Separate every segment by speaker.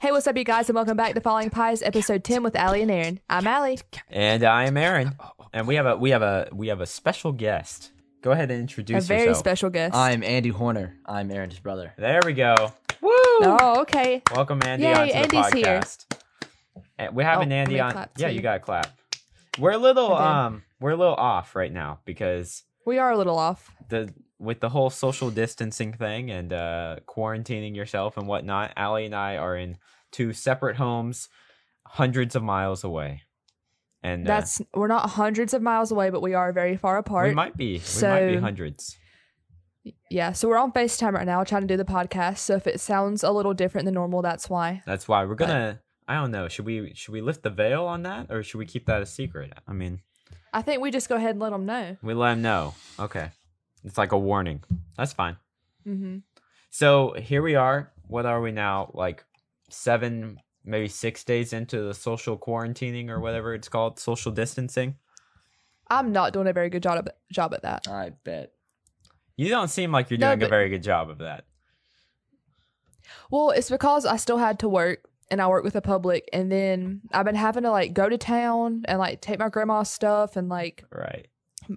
Speaker 1: Hey, what's up, you guys, and welcome back to Falling Pies, episode ten with Allie and Aaron. I'm Allie.
Speaker 2: And I am Aaron. And we have a we have a we have a special guest. Go ahead and
Speaker 1: A
Speaker 2: introduce
Speaker 1: very
Speaker 2: yourself.
Speaker 1: special guest.
Speaker 3: I'm Andy Horner. I'm Aaron's brother.
Speaker 2: There we go. Woo!
Speaker 1: Oh, okay.
Speaker 2: Welcome Andy
Speaker 1: Yay,
Speaker 2: onto the
Speaker 1: Andy's here.
Speaker 2: podcast. And We're having
Speaker 1: Oh,
Speaker 2: Andy
Speaker 1: let me
Speaker 2: on.
Speaker 1: clap
Speaker 2: Yeah,
Speaker 1: too.
Speaker 2: you got to clap. We're a little
Speaker 1: I did.
Speaker 2: um we're a little off right now because
Speaker 1: We are a little off.
Speaker 2: the with the whole social distancing thing and uh quarantining yourself and whatnot, Allie and I are in two separate homes hundreds of miles away. And uh,
Speaker 1: That's we're not hundreds of miles away, but we are very far apart.
Speaker 2: we might be we might be
Speaker 1: so-
Speaker 2: hundreds.
Speaker 1: yeah, so we're on FaceTime right now, trying to do the podcast. So if it sounds a little different than normal, that's why.
Speaker 2: That's why we're gonna. I don't know. Should we should we lift the veil on that, or should we keep that a secret? I mean,
Speaker 1: I think we just go ahead and let them know.
Speaker 2: we let him know. Okay, it's like a warning. That's fine.
Speaker 1: Mm-hmm.
Speaker 2: So here we are. What are we now? Like seven, maybe six days into the social quarantining or whatever it's called, social distancing.
Speaker 1: I'm not doing a very good job job at that.
Speaker 3: I bet.
Speaker 2: You don't seem like you're
Speaker 1: No,
Speaker 2: doing
Speaker 1: but-
Speaker 2: a very good job of that.
Speaker 1: Well, it's because I still had to work and I work with the public and then I've been having to like go to town and like take my grandma's stuff and like
Speaker 2: Right.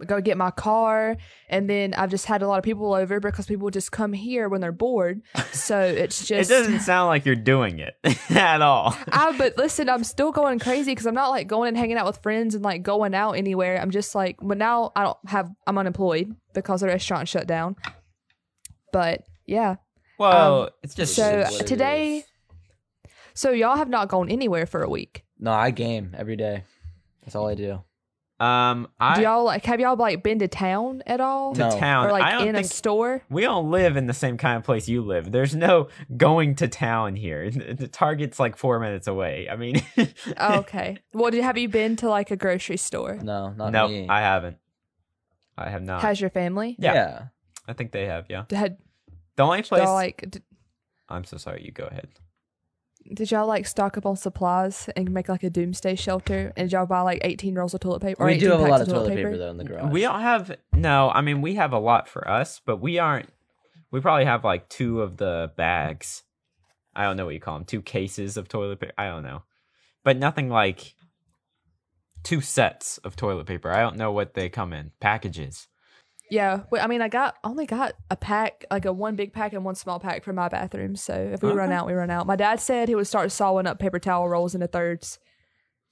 Speaker 1: go get my car and then I've just had a lot of people over because people just come here when they're bored. So it's just Um,
Speaker 2: it doesn't sound like you're doing it at all.
Speaker 1: I but listen, I'm still going crazy because I'm not like going and hanging out with friends and like going out anywhere. I'm just like, but now I don't have. I'm unemployed because the restaurant shut down. But yeah,
Speaker 2: Well, it's just
Speaker 1: so
Speaker 3: This is what it
Speaker 1: today-
Speaker 3: is.
Speaker 1: so y'all have not gone anywhere for a week.
Speaker 3: No, I game every day. That's all I do.
Speaker 2: um, I
Speaker 1: Do y'all like have y'all like been to town at all
Speaker 3: No.
Speaker 2: town.
Speaker 1: or
Speaker 2: I
Speaker 1: like
Speaker 2: don't
Speaker 1: in a
Speaker 2: think
Speaker 1: store?
Speaker 2: we don't live in the same kind of place you live. There's no going to town here. The Target's like four minutes away. I mean,
Speaker 1: Oh, okay. Well, did, have you been to like a grocery store?
Speaker 3: No, not
Speaker 2: no,
Speaker 3: me.
Speaker 2: I haven't. I have not.
Speaker 1: Has your family?
Speaker 2: yeah.
Speaker 3: yeah.
Speaker 2: I think they have. Yeah.
Speaker 1: Had
Speaker 2: The only place.
Speaker 1: y'all like? d-
Speaker 2: I'm so sorry. You go ahead.
Speaker 1: Did y'all like stock up on supplies and make like a doomsday shelter? And did y'all buy like eighteen rolls of toilet paper? or
Speaker 3: We do
Speaker 1: 18
Speaker 3: have a
Speaker 1: packs
Speaker 3: lot of toilet paper, though in the garage.
Speaker 2: We don't have. No, I mean we have a lot for us, but we aren't. We probably have like two of the bags. I don't know what you call them. Two cases of toilet paper. I don't know, but nothing like two sets of toilet paper. I don't know what they come in packages.
Speaker 1: Yeah, well, I mean, I got only got a pack, like a one big pack and one small pack for my bathroom. So if we run
Speaker 2: Okay.
Speaker 1: out, we run out. My dad said he would start sawing up paper towel rolls into thirds.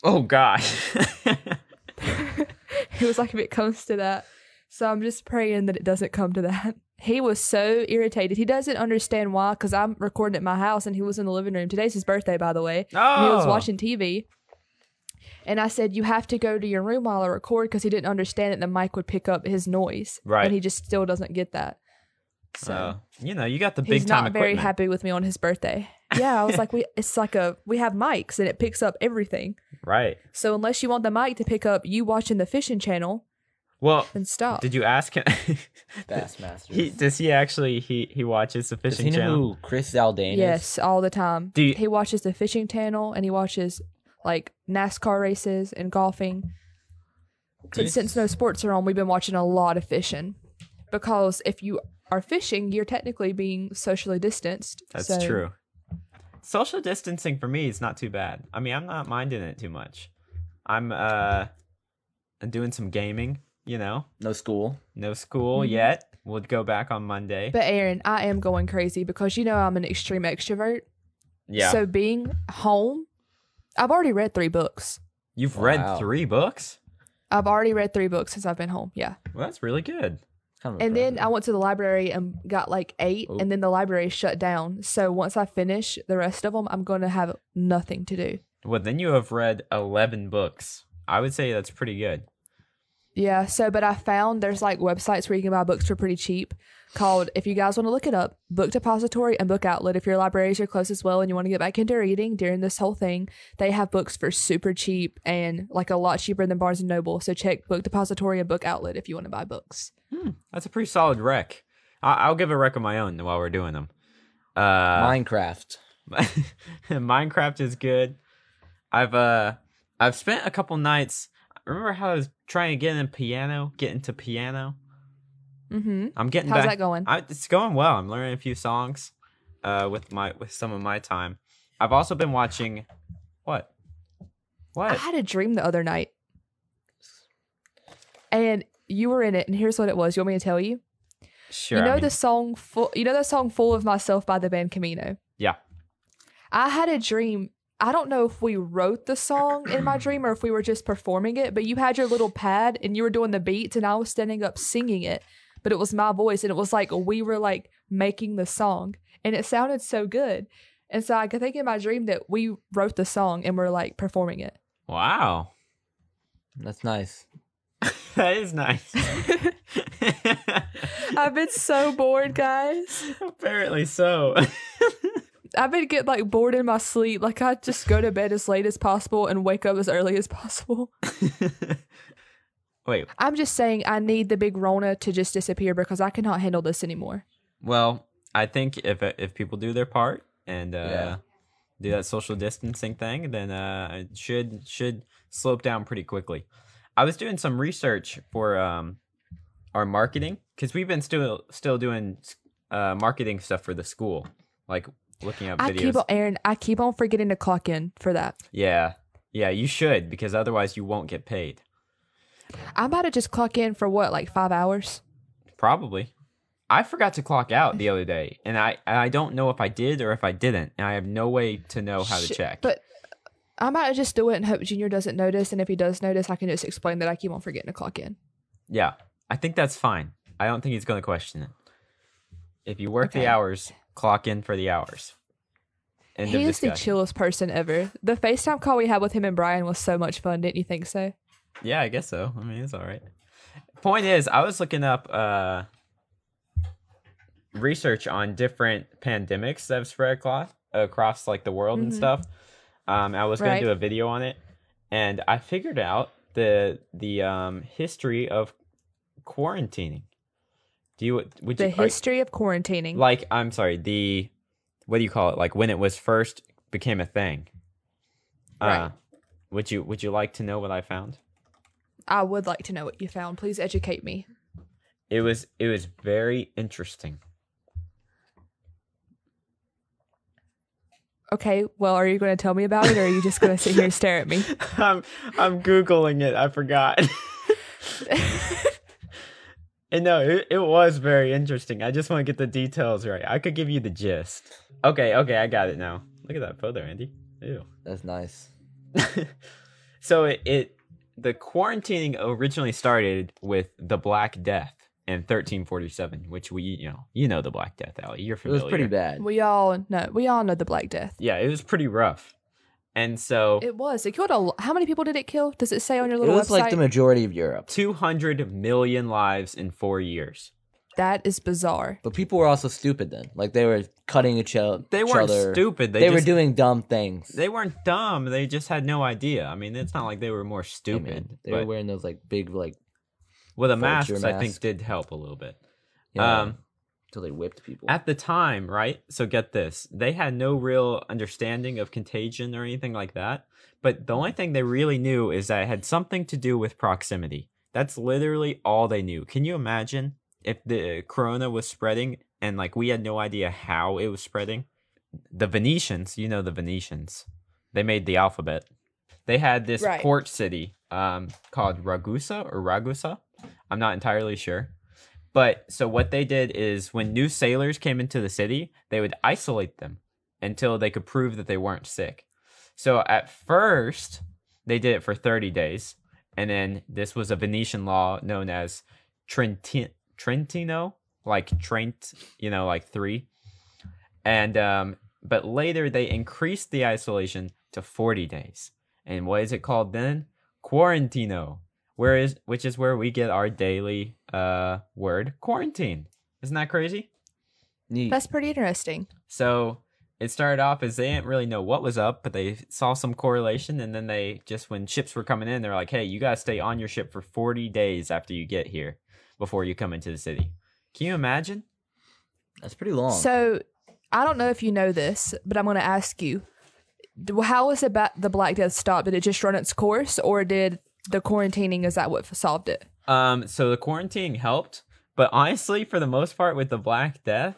Speaker 2: Oh gosh.
Speaker 1: He was like, if it comes to that, so I'm just praying that it doesn't come to that. He was so irritated. He doesn't understand why, because I'm recording at my house and he was in the living room. Today's his birthday, by the way. and he was
Speaker 2: Oh.
Speaker 1: watching TV. And I said, "You have to go to your room while I record," because he didn't understand that the mic would pick up his noise,
Speaker 2: Right.
Speaker 1: And he just still doesn't get that. So
Speaker 2: Oh, you know, you got the big
Speaker 1: he's
Speaker 2: time
Speaker 1: not very
Speaker 2: equipment.
Speaker 1: happy with me on his birthday. Yeah, I was like, we it's like a we have mics and it picks up everything.
Speaker 2: Right.
Speaker 1: So unless you want the mic to pick up you watching the fishing channel,
Speaker 2: Well,
Speaker 1: then stop.
Speaker 2: did you ask him?
Speaker 3: Bassmaster.
Speaker 2: he does he actually he he watches the
Speaker 3: Does he
Speaker 2: fishing
Speaker 3: know
Speaker 2: channel?
Speaker 3: who Chris Zaldane is?
Speaker 1: yes, all the time.
Speaker 2: Do you-
Speaker 1: he watches the fishing channel and he watches like NASCAR races and golfing.
Speaker 2: Do you-
Speaker 1: But since no sports are on, we've been watching a lot of fishing because if you are fishing, you're technically being socially distanced.
Speaker 2: That's
Speaker 1: So-
Speaker 2: true. Social distancing for me is not too bad. I mean, I'm not minding it too much. I'm uh doing some gaming, you know.
Speaker 3: No school.
Speaker 2: No school
Speaker 1: Mhm.
Speaker 2: yet. We'll go back on Monday.
Speaker 1: But Aaron, I am going crazy because you know I'm an extreme extrovert.
Speaker 2: yeah.
Speaker 1: So being home, I've already read three books.
Speaker 2: You've read
Speaker 3: Wow.
Speaker 2: 3 books?
Speaker 1: I've already read three books since I've been home. Yeah.
Speaker 2: Well, that's really good.
Speaker 3: Kind of
Speaker 1: And then I
Speaker 3: impressive.
Speaker 1: went to the library and got like eight,
Speaker 3: Ooh.
Speaker 1: and then the library shut down. So once I finish the rest of them, I'm going to have nothing to do.
Speaker 2: Well, then you have read 11 books. I would say that's pretty good.
Speaker 1: Yeah. So, but I found there's like websites where you can buy books for pretty cheap called, if you guys want to look it up, Book Depository and Book Outlet. If your library is your closest well and you want to get back into reading during this whole thing, they have books for super cheap and like a lot cheaper than Barnes and Noble. So check Book Depository and Book Outlet if you want to buy books.
Speaker 2: That's a pretty solid rec. I- I'll give a rec of my own while we're doing them. Uh,
Speaker 3: Minecraft.
Speaker 2: Minecraft is good. I've uh I've spent a couple nights. Remember how I was trying to get in piano, get into piano.
Speaker 1: Mm-hmm.
Speaker 2: I'm getting
Speaker 1: How's
Speaker 2: back.
Speaker 1: that going?
Speaker 2: I, it's going well. I'm learning a few songs, uh, with my with some of my time, I've also been watching. What?
Speaker 1: I
Speaker 2: What?
Speaker 1: had a dream the other night, and you were in it. And here's what it was. You want me to tell you?
Speaker 2: Sure.
Speaker 1: you
Speaker 2: I
Speaker 1: know
Speaker 2: mean,
Speaker 1: the song. Full, you know the song "Full of Myself" by the band Camino.
Speaker 2: Yeah.
Speaker 1: I had a dream. I don't know if we wrote the song in my dream or if we were just performing it, but you had your little pad and you were doing the beats, and I was standing up singing it, but it was my voice, and it was like we were like making the song, and it sounded so good. And so I could think in my dream that we wrote the song and we're like performing it.
Speaker 2: Wow.
Speaker 3: That's nice.
Speaker 2: that is nice.
Speaker 1: I've been so bored, guys.
Speaker 2: Apparently so.
Speaker 1: I've been getting like bored in my sleep. Like I just go to bed as late as possible and wake up as early as possible.
Speaker 2: Wait.
Speaker 1: I'm just saying I need the big Rona to just disappear because I cannot handle this anymore.
Speaker 2: Well, I think if if people do their part and uh,
Speaker 3: Yeah.
Speaker 2: do that social distancing thing, then uh, it should should slope down pretty quickly. I was doing some research for um, our marketing because we've been still still doing uh, marketing stuff for the school, like looking up
Speaker 1: I
Speaker 2: videos.
Speaker 1: keep on Aaron, I keep on forgetting to clock in for that.
Speaker 2: yeah, yeah, you should because otherwise you won't get paid.
Speaker 1: I'm about to just clock in for what, like five hours?
Speaker 2: Probably. I forgot to clock out the other day, and I and I don't know if I did or if I didn't, and I have no way to know how to
Speaker 1: Shit,
Speaker 2: check.
Speaker 1: But I'm about to just do it and hope Junior doesn't notice. And if he does notice, I can just explain that I keep on forgetting to clock in.
Speaker 2: Yeah, I think that's fine. I don't think he's going to question it. If you work
Speaker 1: Okay.
Speaker 2: the hours, clock in for the hours. End
Speaker 1: he
Speaker 2: of
Speaker 1: is the
Speaker 2: discussion.
Speaker 1: chillest person ever. The FaceTime call we had with him and Brian was so much fun, didn't you think so?
Speaker 2: yeah, I guess so. I mean, it's all right. Point is, I was looking up uh, research on different pandemics that have spread across, across like the world and
Speaker 1: Mhm.
Speaker 2: stuff. Um, I was going
Speaker 1: Right.
Speaker 2: to do a video on it, and I figured out the the um, history of quarantining. Do you would
Speaker 1: The
Speaker 2: you, are-
Speaker 1: history of quarantining.
Speaker 2: like I'm sorry, the what do you call it? Like when it was first became a thing. Uh,
Speaker 1: Right.
Speaker 2: would you would you like to know what I found?
Speaker 1: I would like to know what you found. Please educate me.
Speaker 2: It was it was very interesting.
Speaker 1: Okay, well, are you going to tell me about it or are you just going to sit here and stare at me?
Speaker 2: I'm I'm googling it. I forgot. and no, it, it was very interesting. I just want to get the details right. I could give you the gist. Okay, okay, I got it now. Look at that photo, Andy. Ew.
Speaker 3: That's nice.
Speaker 2: so it, it the quarantining originally started with the Black Death in 1347, which we you know you know the Black Death, Allie. You're
Speaker 3: It
Speaker 2: familiar.
Speaker 3: was pretty bad.
Speaker 1: We all know. We all know the Black Death.
Speaker 2: Yeah, it was pretty rough, and so
Speaker 1: It was. It killed a lo- How many people did it kill? Does it say on your
Speaker 3: It
Speaker 1: little
Speaker 3: was
Speaker 1: website?
Speaker 3: like the majority of Europe,
Speaker 2: 200 million lives in four years.
Speaker 1: that is bizarre.
Speaker 3: but people were also stupid then. Like they were cutting each, o-
Speaker 2: They
Speaker 3: each
Speaker 2: weren't
Speaker 3: other.
Speaker 2: stupid. They,
Speaker 3: They, were
Speaker 2: just-
Speaker 3: doing dumb things.
Speaker 2: They weren't dumb. They just had no idea. I mean, it's not like they were more
Speaker 3: I mean,
Speaker 2: stupid.
Speaker 3: They were
Speaker 2: but-
Speaker 3: wearing those like big like.
Speaker 2: well, the masks
Speaker 3: vulture
Speaker 2: I think
Speaker 3: mask.
Speaker 2: did help a little bit.
Speaker 3: You know,
Speaker 2: Um,
Speaker 3: until they whipped people.
Speaker 2: at the time, right? So get this. They had no real understanding of contagion or anything like that. But the only thing they really knew is that it had something to do with proximity. That's literally all they knew. Can you imagine if the corona was spreading and like we had no idea how it was spreading? The Venetians, you know the Venetians. They made the alphabet. They had this
Speaker 1: Right.
Speaker 2: port city um, called Ragusa or Ragusa. I'm not entirely sure. But so what they did is when new sailors came into the city, they would isolate them until they could prove that they weren't sick. So at first, they did it for 30 days. And then this was a Venetian law known as Trentin- Trentino, like Trent, you know, like three. And, um, but later they increased the isolation to 40 days. And what is it called then? Quarantino where is which is where we get our daily uh word quarantine isn't that crazy
Speaker 3: Neat.
Speaker 1: That's pretty interesting.
Speaker 2: so it started off as they didn't really know what was up but they saw some correlation and then they just when ships were coming in they're like hey you guys stay on your ship for 40 days after you get here before you come into the city can you imagine
Speaker 3: That's pretty long.
Speaker 1: So, I don't know if you know this, but I'm going to ask you: D- How was the, ba- the Black Death stopped? Did it just run its course, or did the quarantining is that what solved it?
Speaker 2: Um, so the quarantining helped, but honestly, for the most part, with the Black Death,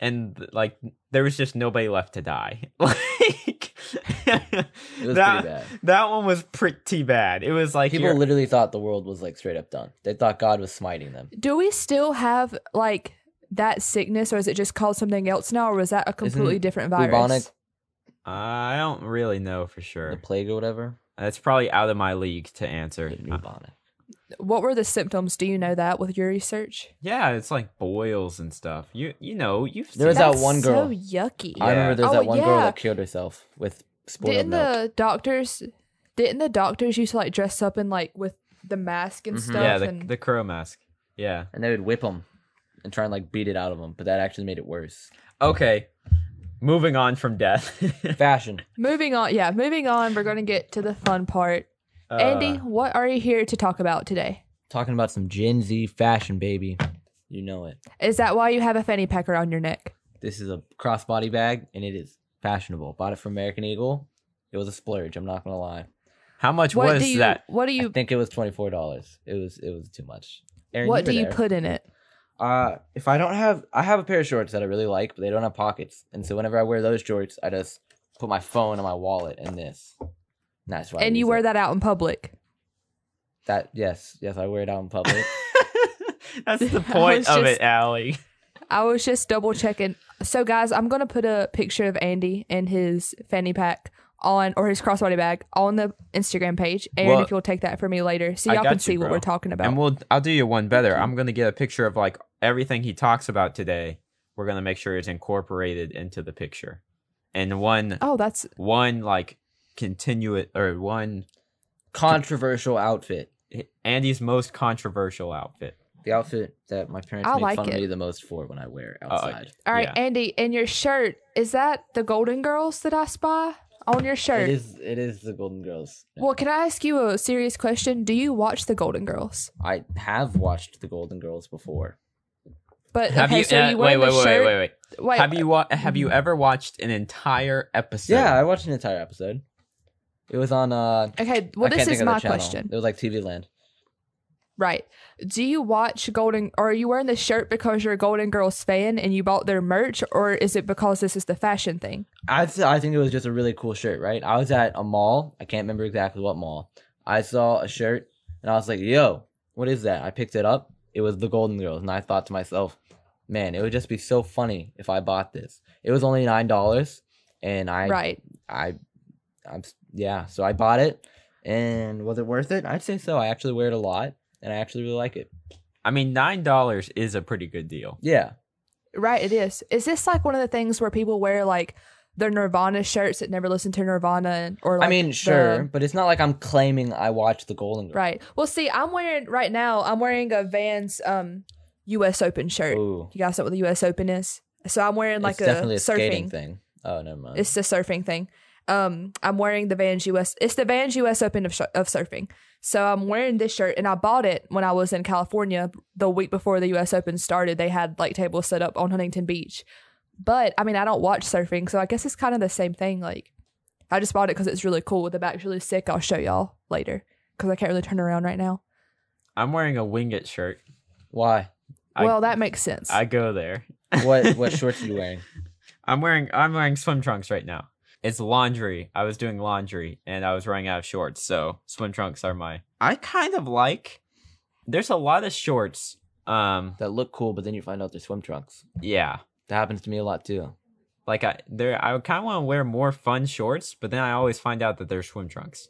Speaker 2: and th- like there was just nobody left to die. Like
Speaker 3: It was
Speaker 2: that,
Speaker 3: pretty bad.
Speaker 2: that one was pretty bad. It was like
Speaker 3: People
Speaker 2: you're-
Speaker 3: literally thought the world was like straight up done. They thought God was smiting them.
Speaker 1: Do we still have like that sickness, or is it just called something else now, or was that a completely different virus?
Speaker 3: Bubonic,
Speaker 2: I don't really know for
Speaker 3: the
Speaker 2: sure.
Speaker 3: plague or whatever.
Speaker 2: That's probably out of my league to answer.
Speaker 3: It
Speaker 2: Uh,
Speaker 3: bubonic.
Speaker 1: What were the symptoms? Do you know that with your research?
Speaker 2: yeah, it's like boils and stuff. You you know you've
Speaker 3: There was
Speaker 2: seen-
Speaker 3: that one girl.
Speaker 1: So yucky.
Speaker 3: I remember there's
Speaker 1: Oh,
Speaker 3: that one girl
Speaker 1: yeah.
Speaker 3: that killed herself with spoiled
Speaker 1: didn't
Speaker 3: milk.
Speaker 1: the doctors? Didn't the doctors used to like dress up in like with the mask and
Speaker 3: Mhm.
Speaker 1: stuff?
Speaker 2: Mm-hmm. yeah the
Speaker 1: and
Speaker 2: the crow mask. Yeah.
Speaker 3: and they would whip them and try and like beat it out of them, but that actually made it worse.
Speaker 2: Okay. Moving on from death.
Speaker 3: Fashion.
Speaker 1: moving on, yeah, moving on. We're gonna get to the fun part.
Speaker 2: Uh,
Speaker 1: Andy, what are you here to talk about today?
Speaker 3: Talking about some Gen Z fashion, baby. You know it.
Speaker 1: Is that why you have a fanny pack around your neck?
Speaker 3: This is a crossbody bag and it is fashionable. Bought it from American Eagle. It was a splurge, I'm not gonna lie.
Speaker 2: How much
Speaker 1: What
Speaker 2: was
Speaker 1: do you?
Speaker 2: that?
Speaker 1: What do
Speaker 3: I
Speaker 1: you?
Speaker 3: think it was twenty four dollars. It was it was too much. Aaron,
Speaker 1: What
Speaker 3: were
Speaker 1: do you
Speaker 3: there.
Speaker 1: put in it?
Speaker 3: Uh, if I don't have, I have a pair of shorts that I really like, but they don't have pockets. And so whenever I wear those shorts, I just put my phone and my wallet in this. And that's why. I
Speaker 1: and you
Speaker 3: use
Speaker 1: wear
Speaker 3: it.
Speaker 1: that out in public.
Speaker 3: That yes, yes, I wear it out in public.
Speaker 2: That's the
Speaker 1: I
Speaker 2: point
Speaker 1: was
Speaker 2: of
Speaker 1: just-
Speaker 2: it, Allie.
Speaker 1: I was just double checking. So, guys, I'm gonna put a picture of Andy and his fanny pack on or his crossbody bag on the Instagram page. Aaron,
Speaker 2: Well,
Speaker 1: if you'll take that for me later, so
Speaker 2: I
Speaker 1: y'all
Speaker 2: got
Speaker 1: can
Speaker 2: you,
Speaker 1: see what
Speaker 2: bro.
Speaker 1: we're talking about.
Speaker 2: And we'll I'll do you one better.
Speaker 3: you.
Speaker 2: I'm gonna get a picture of like everything he talks about today. We're gonna make sure it's incorporated into the picture. And one
Speaker 1: oh, that's
Speaker 2: one like continuous or one
Speaker 3: Controversial outfit.
Speaker 2: Andy's most controversial outfit.
Speaker 3: The outfit that my parents
Speaker 1: I
Speaker 3: make
Speaker 1: like
Speaker 3: fun
Speaker 1: it.
Speaker 3: of me the most for when I wear outside.
Speaker 1: all right,
Speaker 2: Yeah.
Speaker 1: Andy. And your shirt is that the Golden Girls that I spy on your shirt?
Speaker 3: it is. It is the Golden Girls.
Speaker 1: Well, can I ask you a serious question? Do you watch the Golden Girls?
Speaker 3: I have watched the Golden Girls before.
Speaker 1: But
Speaker 2: Have
Speaker 1: okay,
Speaker 2: you
Speaker 1: so
Speaker 2: uh,
Speaker 1: you
Speaker 2: wait,
Speaker 1: wear
Speaker 2: wait,
Speaker 1: the
Speaker 2: wait,
Speaker 1: shirt. Mm-hmm.
Speaker 2: wait, wait,
Speaker 1: wait.
Speaker 2: Have you wa- have you ever watched an entire episode?
Speaker 3: Yeah, I watched an entire episode. It was on. uh
Speaker 1: okay. Well, this
Speaker 3: I can't think
Speaker 1: is
Speaker 3: of the
Speaker 1: my
Speaker 3: channel.
Speaker 1: question.
Speaker 3: It was like TV Land.
Speaker 1: Right. Do you watch Golden or are you wearing the shirt because you're a Golden Girls fan and you bought their merch or is it because this is the fashion thing?
Speaker 3: I th- I think it was just a really cool shirt, right? I was at a mall. I can't remember exactly what mall. I saw a shirt and I was like, "Yo, what is that?" I picked it up. It was the Golden Girls, and I thought to myself, "Man, it would just be so funny if I bought this." It was only nine dollars, and I
Speaker 1: right.
Speaker 3: I I'm s- yeah. So I bought it, and was it worth it? I'd say so. I actually wear it a lot, and I actually really like it.
Speaker 2: I mean, nine dollars is a pretty good deal.
Speaker 3: Yeah,
Speaker 1: Right, it is. Is this like one of the things where people wear like their Nirvana shirts that never listen to Nirvana and- or like
Speaker 3: I mean,
Speaker 1: the-
Speaker 3: sure, but it's not like I'm claiming I watched the Golden Girls.
Speaker 1: Right. Well, see, I'm wearing right now, I'm wearing a Vans um US Open shirt.
Speaker 3: Ooh,
Speaker 1: You guys know what the US Open is? So I'm wearing like
Speaker 3: it's definitely a
Speaker 1: surfing
Speaker 3: skating thing. Oh, never mind.
Speaker 1: It's the surfing thing. Um, I'm wearing the Vans US. It's the Vans US Open of, sh- of surfing. So I'm wearing this shirt, and I bought it when I was in California the week before the US Open started. They had like tables set up on Huntington Beach, but I mean I don't watch surfing, so I guess it's kind of the same thing. Like I just bought it because it's really cool. The back's really sick. I'll show y'all later because I can't really turn around right now.
Speaker 2: I'm wearing a Winget shirt.
Speaker 3: Why?
Speaker 2: I-
Speaker 1: well, that makes sense.
Speaker 2: I go there.
Speaker 3: What what shorts are you wearing?
Speaker 2: I'm wearing I'm wearing swim trunks right now. It's laundry. I was doing laundry and I was running out of shorts, so swim trunks are my. I kind of like. There's a lot of shorts. Um,
Speaker 3: That look cool, but then you find out they're swim trunks.
Speaker 2: yeah,
Speaker 3: That happens to me a lot too.
Speaker 2: like I there I kind of want to wear more fun shorts, but then I always find out that they're swim trunks.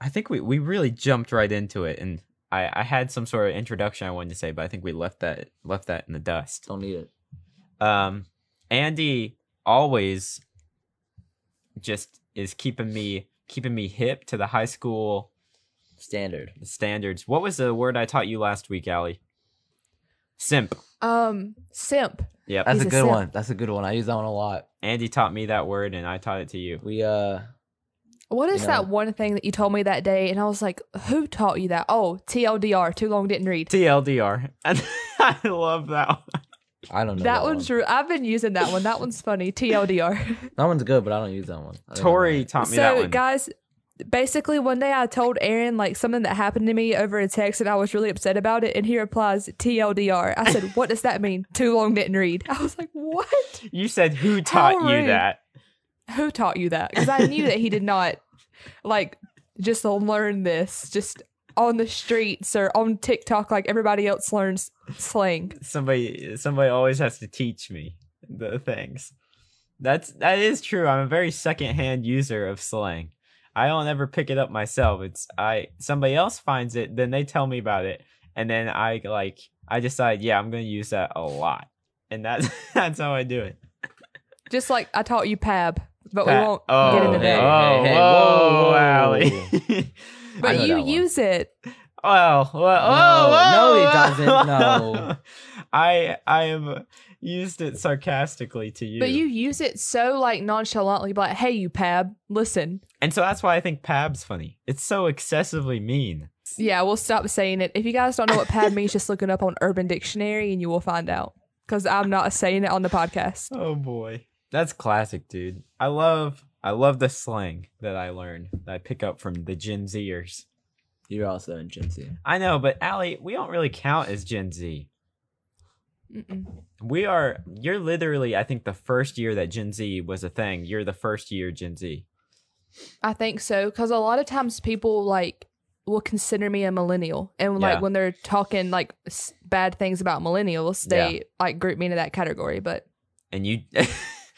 Speaker 2: I think we we really jumped right into it, and I I had some sort of introduction I wanted to say, but I think we left that left that in the dust.
Speaker 3: Don't need it.
Speaker 2: um andy always just is keeping me keeping me hip to the high school
Speaker 3: Standard.
Speaker 2: standards what was the word i taught you last week Allie? simp
Speaker 1: um, simp.
Speaker 2: yep
Speaker 3: That's
Speaker 1: He's
Speaker 3: a
Speaker 1: a
Speaker 3: good
Speaker 1: simp.
Speaker 3: one. That's a good one. I use that one a lot.
Speaker 2: andy taught me that word and i taught it to you
Speaker 3: We uh
Speaker 1: What is
Speaker 3: know?
Speaker 1: that one thing that you told me that day? And I was like, who taught you that? Oh, TLDR, too long didn't read.
Speaker 2: tldr and i love that one.
Speaker 3: I don't know.
Speaker 1: That one's
Speaker 3: one.
Speaker 1: true. I've been using that one. That one's funny. TLDR.
Speaker 3: That one's good, but I don't use that one. I think I
Speaker 2: tori
Speaker 3: might.
Speaker 2: taught me that
Speaker 1: so,
Speaker 2: one
Speaker 1: guys, basically one day I told Aaron like something that happened to me over a text and I was really upset about it and he replies TLDR. I said, "What does that mean? Too long didn't read." I was like, "What?
Speaker 2: You said who
Speaker 1: How
Speaker 2: taught you
Speaker 1: rude.
Speaker 2: that?
Speaker 1: Who taught you that?" Cuz I knew that he did not like just learn this just on the streets or on TikTok like everybody else learns slang.
Speaker 2: Somebody somebody always has to teach me the things. That's that is true. I'm a very secondhand user of slang. I don't ever pick it up myself. It's I somebody else finds it, then they tell me about it, and then I like I decide, yeah, I'm gonna use that a lot. And that's that's how I do it.
Speaker 1: Just like I taught you pab, but we
Speaker 2: Pat-
Speaker 1: won't
Speaker 2: oh,
Speaker 1: get into
Speaker 3: hey,
Speaker 1: that.
Speaker 2: Oh,
Speaker 3: hey, hey,
Speaker 2: whoa,
Speaker 3: whoa.
Speaker 2: Allie.
Speaker 3: I
Speaker 1: But
Speaker 3: know
Speaker 1: you
Speaker 3: that one.
Speaker 1: use it.
Speaker 2: Well, well, oh,
Speaker 3: No,
Speaker 2: whoa.
Speaker 3: no, it doesn't, no.
Speaker 2: I I am used it sarcastically to you.
Speaker 1: But you use it so like nonchalantly like, "Hey you pab, listen."
Speaker 2: and so that's why I think Pab's funny. It's so excessively mean.
Speaker 1: Yeah, we'll stop saying it. If you guys don't know what pad means, just look it up on Urban Dictionary and you will find out. Because I'm not saying it on the podcast.
Speaker 2: Oh boy. That's classic, dude. I love I love the slang that I learn that I pick up from the Gen Zers.
Speaker 3: You're also in Gen Z.
Speaker 2: I know, but Allie, we don't really count as Gen Z.
Speaker 1: Mm-mm.
Speaker 2: We are you're literally I think the first year that Gen Z was a thing. You're the first year Gen Z.
Speaker 1: I think so. Because a lot of times people like will consider me a millennial. And like
Speaker 2: Yeah.
Speaker 1: when they're talking like s- bad things about millennials, they like group me into that category. But
Speaker 2: and you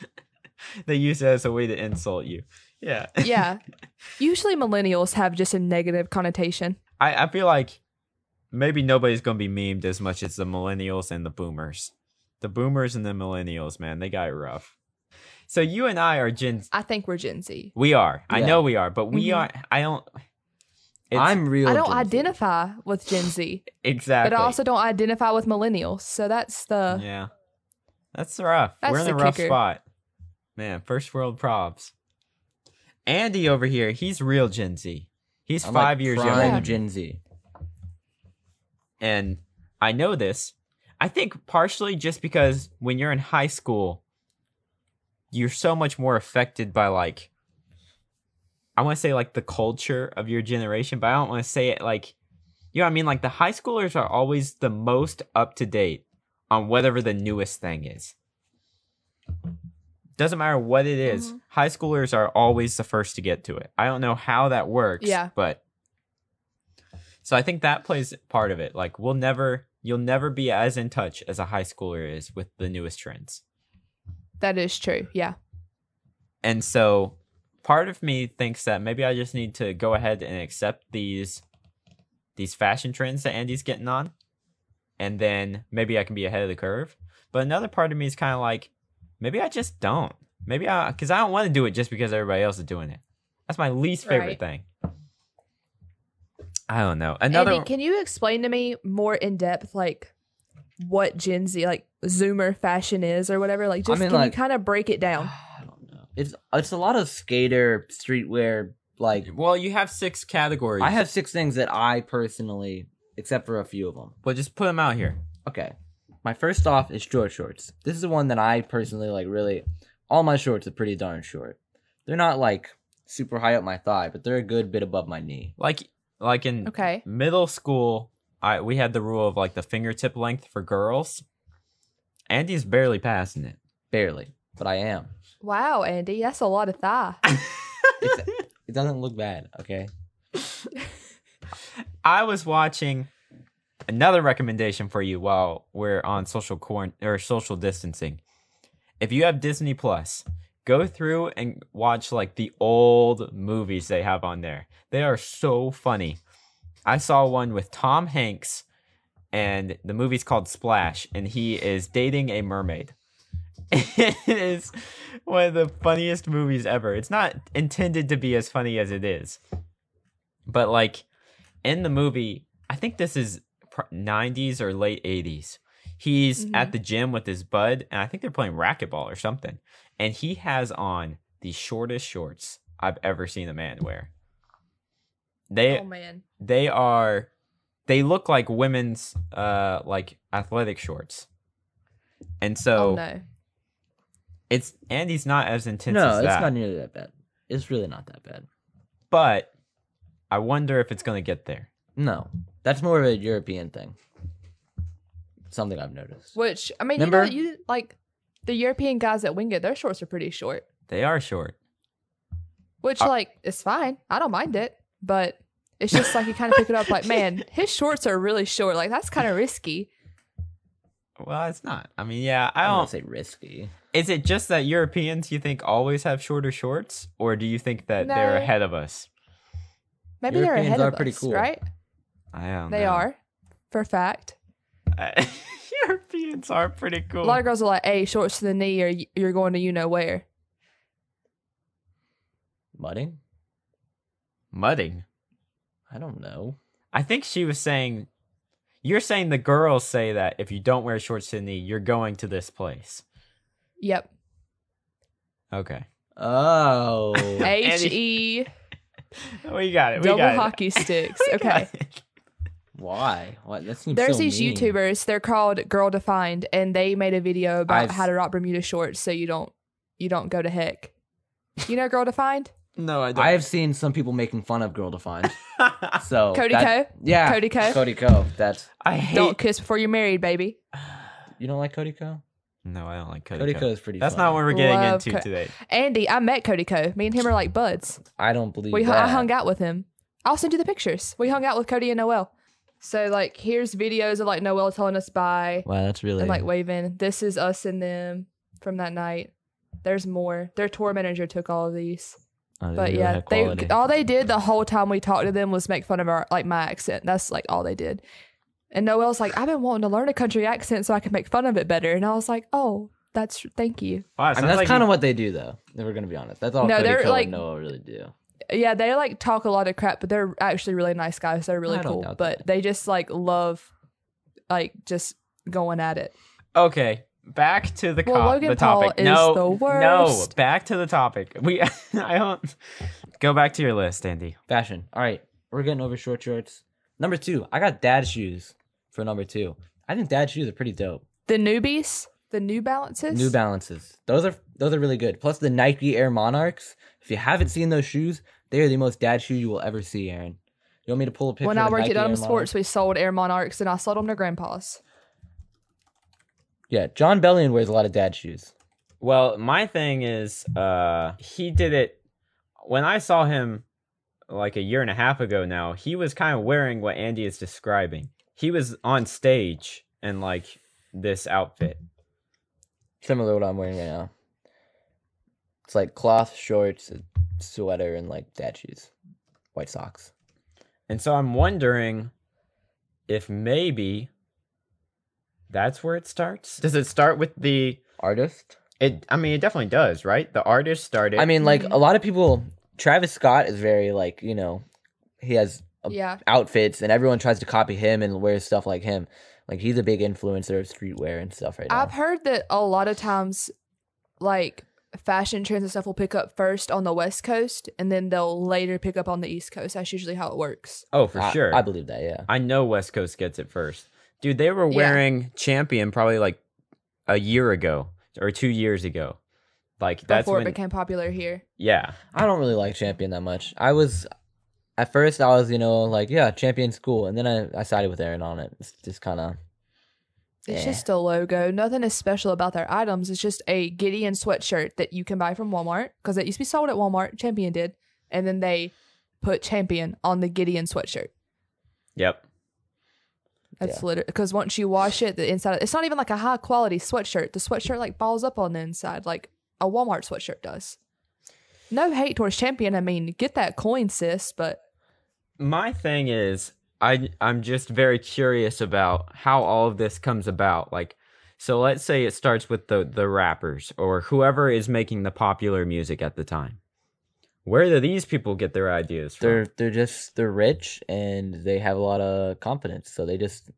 Speaker 2: they use it as a way to insult you yeah
Speaker 1: yeah, usually millennials have just a negative connotation.
Speaker 2: I, I feel like maybe nobody's gonna be memed as much as the millennials and the boomers the boomers and the millennials man they got it rough so you and i are gen
Speaker 1: I think we're Gen Z.
Speaker 2: we are i
Speaker 3: Yeah.
Speaker 2: know we are but we
Speaker 1: Mhm.
Speaker 2: aren't i don't it's,
Speaker 3: I'm real.
Speaker 1: I don't
Speaker 3: Gen Z.
Speaker 1: identify with Gen Z,
Speaker 2: exactly
Speaker 1: but I also don't identify with millennials. So that's the.
Speaker 2: yeah that's rough
Speaker 1: That's
Speaker 2: we're in
Speaker 1: the
Speaker 2: a rough
Speaker 1: kicker.
Speaker 2: spot man first world probs andy over here he's real gen z he's
Speaker 3: I'm, like,
Speaker 2: five years
Speaker 3: prime
Speaker 2: younger than me.
Speaker 3: Gen Z.
Speaker 2: and I know this. I think partially just because when you're in high school, you're so much more affected by like I want to say like the culture of your generation, but I don't want to say it like you know what I mean like the high schoolers are always the most up to date on whatever the newest thing is. Doesn't matter what it is,
Speaker 1: Mhm.
Speaker 2: High schoolers are always the first to get to it. I don't know how that works,
Speaker 1: Yeah.
Speaker 2: but so I think that plays part of it. Like we'll never you'll never be as in touch as a high schooler is with the newest trends.
Speaker 1: That is true. Yeah.
Speaker 2: And so part of me thinks that maybe I just need to go ahead and accept these these fashion trends that Andy's getting on and then maybe I can be ahead of the curve. But another part of me is kind of like maybe I just don't. Maybe I cuz I don't want to do it just because everybody else is doing it. That's my least
Speaker 1: Right.
Speaker 2: favorite thing. I don't know. Another
Speaker 1: Andy, can you explain to me more in depth, like what Gen Z, like Zoomer fashion is or whatever? Like, just
Speaker 3: mean,
Speaker 1: can
Speaker 3: like-
Speaker 1: you kind of break it down?
Speaker 3: I don't know. It's it's a lot of skater streetwear. Like
Speaker 2: Well, you have six categories.
Speaker 3: I have six things that I personally, except for a few of them.
Speaker 2: Well, just put them out here.
Speaker 3: Okay, my first off is short shorts. This is the one that I personally like. Really, all my shorts are pretty darn short. They're not like super high up my thigh, but they're a good bit above my knee.
Speaker 2: Like, like in
Speaker 1: Okay.
Speaker 2: middle school, I we had the rule of like the fingertip length for girls. Andy's barely passing it.
Speaker 3: Barely, but I am.
Speaker 1: Wow, Andy, that's a lot of thigh.
Speaker 3: It doesn't look bad. Okay.
Speaker 2: I was watching another recommendation for you while we're on social quarant or social distancing. If you have Disney Plus, go through and watch like the old movies they have on there. They are so funny. I saw one with Tom Hanks and the movie's called Splash and he is dating a mermaid. it is one of the funniest movies ever. It's not intended to be as funny as it is. But like in the movie, I think this is pr- 90s or late 80s. He's
Speaker 1: Mhm.
Speaker 2: at the gym with his bud, and I think they're playing racquetball or something. And he has on the shortest shorts I've ever seen a man wear. They
Speaker 1: Oh, man.
Speaker 2: they are they look like women's uh like athletic shorts. And so
Speaker 1: oh, no.
Speaker 2: it's Andy's not as intense
Speaker 3: no,
Speaker 2: as
Speaker 3: it's
Speaker 2: that.
Speaker 3: not nearly that bad. It's really not that bad.
Speaker 2: but I wonder if it's going to get there.
Speaker 3: No, that's more of a European thing. Something I've noticed.
Speaker 1: Which I mean,
Speaker 3: Remember-
Speaker 1: you know, you like the European guys that wing it. Their shorts are pretty short,
Speaker 2: They are short.
Speaker 1: which
Speaker 3: Uh,
Speaker 2: I-
Speaker 1: like is fine. I don't mind it, but it's just like you kind of pick it up. Like, man, his shorts are really short. Like that's kind of risky.
Speaker 2: Well, it's not. I mean, yeah, I
Speaker 3: I don't
Speaker 2: don't.
Speaker 3: say risky.
Speaker 2: Is it just that Europeans you think always have shorter shorts, or do you think that they're
Speaker 1: No.
Speaker 2: ahead of us?
Speaker 1: Maybe
Speaker 3: Europeans
Speaker 1: they're ahead
Speaker 3: are
Speaker 1: of
Speaker 3: pretty
Speaker 1: us,
Speaker 3: cool.
Speaker 1: right?
Speaker 2: I don't.
Speaker 1: They
Speaker 2: know.
Speaker 1: are, for a fact.
Speaker 2: Uh, Europeans are pretty cool.
Speaker 1: A lot of girls are like, "Hey, shorts to the knee, or y- you're going to you know where."
Speaker 3: Mudding?
Speaker 2: Mudding.
Speaker 3: I don't know.
Speaker 2: I think she was saying, you're saying the girls say that if you don't wear shorts to the knee, you're going to this place.
Speaker 1: Yep.
Speaker 2: Okay.
Speaker 3: Oh.
Speaker 1: H E
Speaker 2: We got it. We
Speaker 1: double
Speaker 2: got it.
Speaker 1: hockey sticks.
Speaker 2: We
Speaker 1: Okay.
Speaker 2: got it.
Speaker 3: Why? What? That seems
Speaker 1: There's
Speaker 3: so
Speaker 1: these
Speaker 3: mean.
Speaker 1: YouTubers. They're called Girl Defined, and they made a video about
Speaker 3: I've-
Speaker 1: how to rock Bermuda shorts so you don't you don't go to heck. You know Girl Defined?
Speaker 2: No, I don't.
Speaker 3: I have seen some people making fun of Girl Defined. So
Speaker 1: Cody
Speaker 3: that-
Speaker 1: Ko?
Speaker 3: Yeah.
Speaker 1: Cody Ko?
Speaker 3: Cody Co. That's
Speaker 2: I hate.
Speaker 1: Don't kiss before you're married, baby.
Speaker 3: you don't like Cody Co?
Speaker 2: No, I don't like Cody.
Speaker 3: Cody
Speaker 2: Ko.
Speaker 3: Co is pretty
Speaker 2: That's
Speaker 3: funny.
Speaker 2: not what we're getting
Speaker 1: Love
Speaker 2: into
Speaker 1: Co-
Speaker 2: today.
Speaker 1: Andy, I met Cody Co. Me and him are like buds.
Speaker 3: I don't believe
Speaker 1: We hu-
Speaker 3: that.
Speaker 1: I hung out with him. I'll send you the pictures. We hung out with Cody and Noel. So like, here's videos of like Noel telling us bye
Speaker 3: Wow, that's really
Speaker 1: and like waving. This is us and them from that night. There's more. Their tour manager took all of these.
Speaker 3: oh,
Speaker 1: But yeah, they all they did the whole time we talked to them was make fun of our like my accent. That's like all they did. And Noel's like, I've been wanting to learn a country accent so I can make fun of it better. And I was like, Oh, that's thank you.
Speaker 2: Wow,
Speaker 3: I
Speaker 2: sounds
Speaker 3: mean, that's
Speaker 2: like
Speaker 3: kind
Speaker 2: you-
Speaker 3: of what they do, though. If we're gonna be honest, that's all
Speaker 1: No,
Speaker 3: Cody
Speaker 1: they're,
Speaker 3: Co
Speaker 1: like-
Speaker 3: and Noah really do.
Speaker 1: Yeah, they like talk a lot of crap, but they're actually really nice guys. They're really
Speaker 3: I don't
Speaker 1: cool.
Speaker 3: doubt
Speaker 1: But
Speaker 3: that.
Speaker 1: they just like love like just going at it.
Speaker 2: Okay, back to the,
Speaker 1: Well,
Speaker 2: co-
Speaker 1: Logan
Speaker 2: the
Speaker 1: Paul
Speaker 2: topic.
Speaker 1: is
Speaker 2: no,
Speaker 1: the
Speaker 2: no,
Speaker 1: worst.
Speaker 2: back to the topic. We, I don't go back to your list, Andy.
Speaker 3: Fashion. All right, we're getting over short shorts. Number two, I got dad shoes for number two. I think dad shoes are pretty dope.
Speaker 1: The newbies, the new balances.
Speaker 3: New Balances. Those are those are really good. Plus the Nike Air Monarchs. If you haven't seen those shoes, they are the most dad shoe you will ever see, Aaron. You want me to pull a picture?
Speaker 1: when I
Speaker 3: of
Speaker 1: worked
Speaker 3: Nike
Speaker 1: at
Speaker 3: Air
Speaker 1: Dunham Sports,
Speaker 3: Monarchs?
Speaker 1: we sold Air Monarchs and I sold them to grandpa's.
Speaker 3: yeah, John Bellion wears a lot of dad shoes.
Speaker 2: Well, my thing is, uh, he did it when I saw him like a year and a half ago now. He was kind of wearing what Andy is describing. He was on stage in like this outfit.
Speaker 3: Similar to what I'm wearing right now. It's like cloth shorts, a sweater, and like dad shoes, white socks.
Speaker 2: And so I'm wondering if maybe that's where it starts. Does it start with the
Speaker 3: Artist.
Speaker 2: it I mean it definitely does, right? The artist started
Speaker 3: I mean, like
Speaker 1: Mhm.
Speaker 3: a lot of people. Travis Scott is very like you know, he has a
Speaker 1: yeah.
Speaker 3: outfits and everyone tries to copy him and wear stuff like him. Like he's a big influencer of streetwear and stuff right now.
Speaker 1: I've heard that a lot of times, like fashion trends and stuff will pick up first on the West Coast, and then they'll later pick up on the East Coast. That's usually how it works.
Speaker 2: Oh for
Speaker 3: I,
Speaker 2: sure.
Speaker 3: I
Speaker 2: I,
Speaker 3: believe that, yeah.
Speaker 2: know West Coast gets it first. Dude, they were
Speaker 1: Yeah.
Speaker 2: wearing champion probably like a year ago or two years ago. Like that's
Speaker 1: before
Speaker 2: when
Speaker 1: it became popular here.
Speaker 2: Yeah.
Speaker 3: I don't really like Champion that much. I was at first I was, you know, like, yeah, Champion's cool. And then I, I sided with Aaron on it. It's just kinda
Speaker 1: It's
Speaker 3: Yeah.
Speaker 1: just a logo. Nothing is special about their items. It's just a Gideon sweatshirt that you can buy from Walmart because it used to be sold at Walmart. Champion did, and then they put Champion on the Gideon sweatshirt.
Speaker 2: Yep.
Speaker 1: That's
Speaker 3: Yeah.
Speaker 1: literally because once you wash it, the inside it's not even like a high quality sweatshirt. The sweatshirt like balls up on the inside, like a Walmart sweatshirt does. No hate towards Champion. I mean, get that coin, sis. But
Speaker 2: my thing is i i'm just very curious about how all of this comes about like so let's say it starts with the the rappers or whoever is making the popular music at the time where do these people get their ideas from
Speaker 3: they're they're just they're rich and they have a lot of confidence. So they just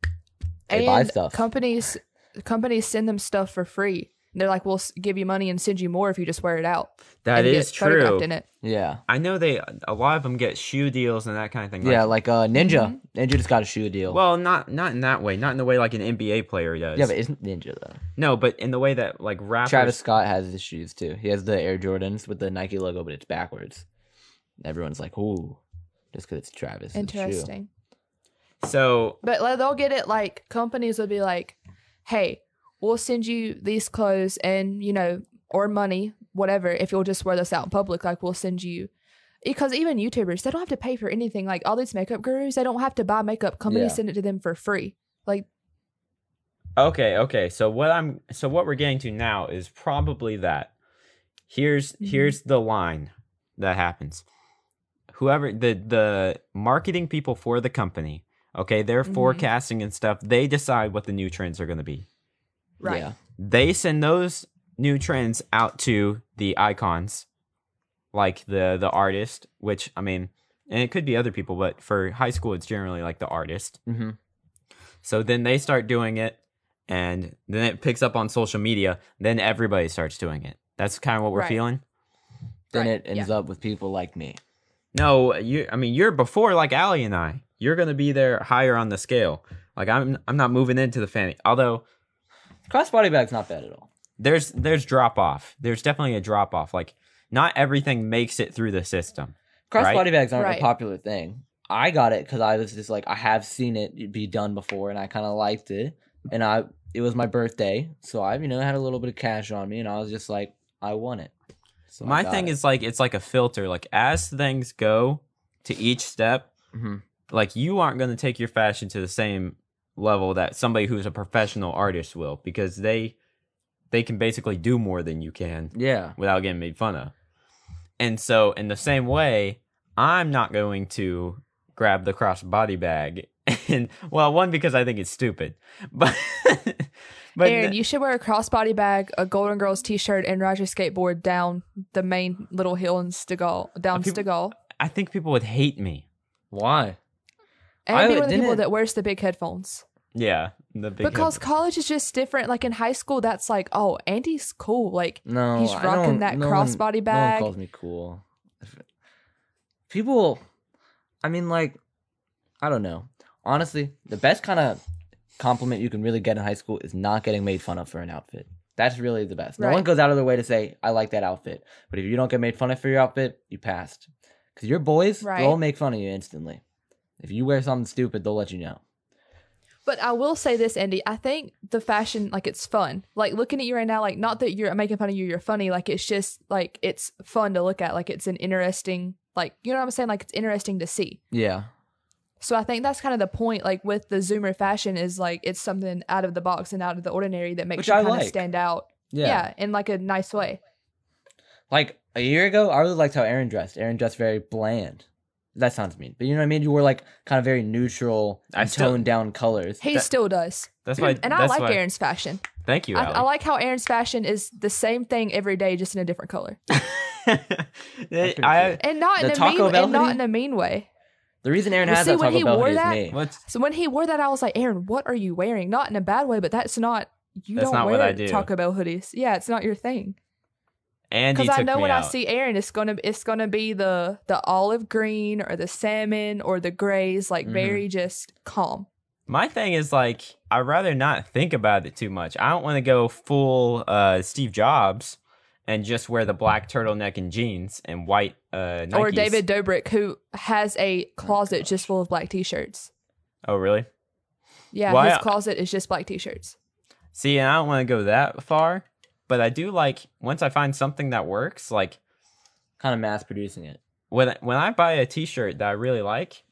Speaker 3: They
Speaker 1: and
Speaker 3: buy stuff.
Speaker 1: companies companies send them stuff for free. And they're like, we'll s- give you money and send you more if you just wear it out.
Speaker 2: that
Speaker 1: and
Speaker 2: is
Speaker 1: get photographed
Speaker 2: true
Speaker 1: In it.
Speaker 3: Yeah.
Speaker 2: i know they a lot of them get shoe deals and that kind of thing
Speaker 3: Yeah, like uh Ninja.
Speaker 1: Mm-hmm.
Speaker 3: Ninja just got a shoe deal.
Speaker 2: well not not in that way not in the way like an nba player does
Speaker 3: yeah, but isn't Ninja though.
Speaker 2: no but in the way that like rappers
Speaker 3: Travis Scott has his shoes too. He has the Air Jordans with the Nike logo, but it's backwards. everyone's like, ooh, just because it's Travis. it's true.
Speaker 1: Interesting.
Speaker 2: So
Speaker 1: But like, they'll get it like companies will be like, "Hey, we'll send you these clothes and you know or money, whatever, if you'll just wear this out in public. Like we'll send you." Because even YouTubers, they don't have to pay for anything. Like all these makeup gurus, they don't have to buy makeup. Companies
Speaker 3: Yeah.
Speaker 1: send it to them for free. Like
Speaker 2: okay, okay. So what I'm so what we're getting to now is probably that. Here's
Speaker 3: Mm-hmm.
Speaker 1: Mhm.
Speaker 2: here's the line that happens. Whoever the the marketing people for the company, okay, they're
Speaker 3: Mm-hmm.
Speaker 1: Mhm.
Speaker 2: forecasting and stuff. They decide what the new trends are going to be.
Speaker 1: right,
Speaker 3: Yeah.
Speaker 2: they send those new trends out to the icons like the the artist which i mean and it could be other people but for high school it's generally like the artist
Speaker 3: Mm-hmm.
Speaker 2: so then they start doing it and then it picks up on social media then everybody starts doing it that's kind of what we're
Speaker 1: Right.
Speaker 2: feeling
Speaker 3: Then
Speaker 1: Right,
Speaker 3: it ends up with people like me.
Speaker 2: no you i mean you're before like ali and i you're gonna be there higher on the scale like i'm i'm not moving into the family although
Speaker 3: Crossbody bag's not bad at all.
Speaker 2: there's there's drop off there's definitely a drop off like not everything makes it through the system
Speaker 3: Crossbody
Speaker 2: Right?
Speaker 3: bags aren't
Speaker 1: Right.
Speaker 3: a popular thing. I got it because I was just like I have seen it be done before, and I kind of liked it. And I it was my birthday, so I you know had a little bit of cash on me, and I was just like I want it. So I
Speaker 2: my
Speaker 3: got
Speaker 2: thing
Speaker 3: it.
Speaker 2: is like it's like a filter like as things go to each step
Speaker 3: Mhm.
Speaker 2: like you aren't going to take your fashion to the same level that somebody who's a professional artist will because they they can basically do more than you can
Speaker 3: yeah,
Speaker 2: without getting made fun of and so in the same way i'm not going to grab the crossbody bag and well one because i think it's stupid but but
Speaker 1: Aaron, you should wear a crossbody bag, a Golden Girls T-shirt, and ride your skateboard down the main little hill in Stigall, down
Speaker 2: people-
Speaker 1: Stigall.
Speaker 2: i think people would hate me
Speaker 3: why?
Speaker 1: And
Speaker 3: I
Speaker 1: be one of the people
Speaker 3: didn't-
Speaker 1: that wears the big headphones.
Speaker 2: yeah the big
Speaker 1: because college is just different. Like in high school, that's like, oh, Andy's cool. Like
Speaker 3: No,
Speaker 1: He's
Speaker 3: I
Speaker 1: rocking
Speaker 3: don't-
Speaker 1: that
Speaker 3: no one-
Speaker 1: crossbody
Speaker 3: No
Speaker 1: bag.
Speaker 3: one calls me cool. If- People, I mean, like, I don't know. Honestly, the best kind of compliment you can really get in high school is not getting made fun of for an outfit. That's really the best. No one
Speaker 1: Right.
Speaker 3: goes out of their way to say, "I like that outfit," but if you don't get made fun of for your outfit, you passed. Because your boys,
Speaker 1: Right.
Speaker 3: they'll make fun of you instantly. If you wear something stupid, they'll let you know.
Speaker 1: But I will say this, Andy. I think the fashion, like, it's fun. Like looking at you right now, like, not that you're I'm making fun of you, you're funny. Like, it's just like it's fun to look at. Like, it's an interesting, like, you know what I'm saying? Like, it's interesting to see.
Speaker 3: Yeah,
Speaker 1: So I think that's kind of the point. Like with the Zoomer fashion, is like it's something out of the box and out of the ordinary that makes
Speaker 3: Which
Speaker 1: you
Speaker 3: I
Speaker 1: kind
Speaker 3: like.
Speaker 1: of stand out. Yeah. in like a nice way.
Speaker 3: Like a year ago, I really liked how Aaron dressed. Aaron dressed very bland. That sounds mean, but you know what I mean. You were like kind of very neutral
Speaker 2: I
Speaker 3: and
Speaker 2: still-
Speaker 3: toned down colors.
Speaker 1: He
Speaker 2: That-
Speaker 1: still does,
Speaker 2: that's why
Speaker 1: and I
Speaker 2: that's
Speaker 1: like
Speaker 2: why-
Speaker 1: Aaron's fashion.
Speaker 2: thank you
Speaker 1: I,
Speaker 2: Allie.
Speaker 1: I like how Aaron's fashion is the same thing every day, just in a different color,
Speaker 2: They-
Speaker 3: pretty
Speaker 2: I
Speaker 1: and not in
Speaker 3: The
Speaker 1: a
Speaker 3: Taco
Speaker 1: mean,
Speaker 3: Bell
Speaker 1: and not
Speaker 3: hoodie?
Speaker 1: in a mean way.
Speaker 3: The reason Aaron
Speaker 1: Well,
Speaker 3: has
Speaker 1: see,
Speaker 3: that
Speaker 1: when
Speaker 3: Taco
Speaker 1: he
Speaker 3: Bell
Speaker 1: wore
Speaker 3: hoodie
Speaker 1: that-
Speaker 3: is me.
Speaker 2: what's
Speaker 1: So when he wore that, I was like, Aaron, what are you wearing? Not in a bad way, but that's not you
Speaker 2: That's
Speaker 1: don't
Speaker 2: not
Speaker 1: wear
Speaker 2: what I do.
Speaker 1: Taco Bell hoodies. Yeah, it's not your thing.
Speaker 2: Andy
Speaker 1: Because
Speaker 2: took
Speaker 1: I know
Speaker 2: me
Speaker 1: when
Speaker 2: out.
Speaker 1: I see Aaron, it's gonna it's gonna be the the olive green or the salmon or the grays, like
Speaker 3: Mhm.
Speaker 2: Mm-hmm.
Speaker 1: very just calm.
Speaker 2: My thing is like I'd rather not think about it too much. I don't want to go full uh, Steve Jobs and just wear the black turtleneck and jeans and white uh, Nikes.
Speaker 1: Or David Dobrik, who has a closet
Speaker 3: gosh.
Speaker 1: just full of black t-shirts.
Speaker 2: Oh really?
Speaker 1: Yeah,
Speaker 2: Why
Speaker 1: his
Speaker 2: I-
Speaker 1: closet is just black t-shirts.
Speaker 2: See, and I don't want to go that far, but I do like once I find something that works. Like
Speaker 3: Kind of mass producing it.
Speaker 2: when when I buy a T-shirt that I really like,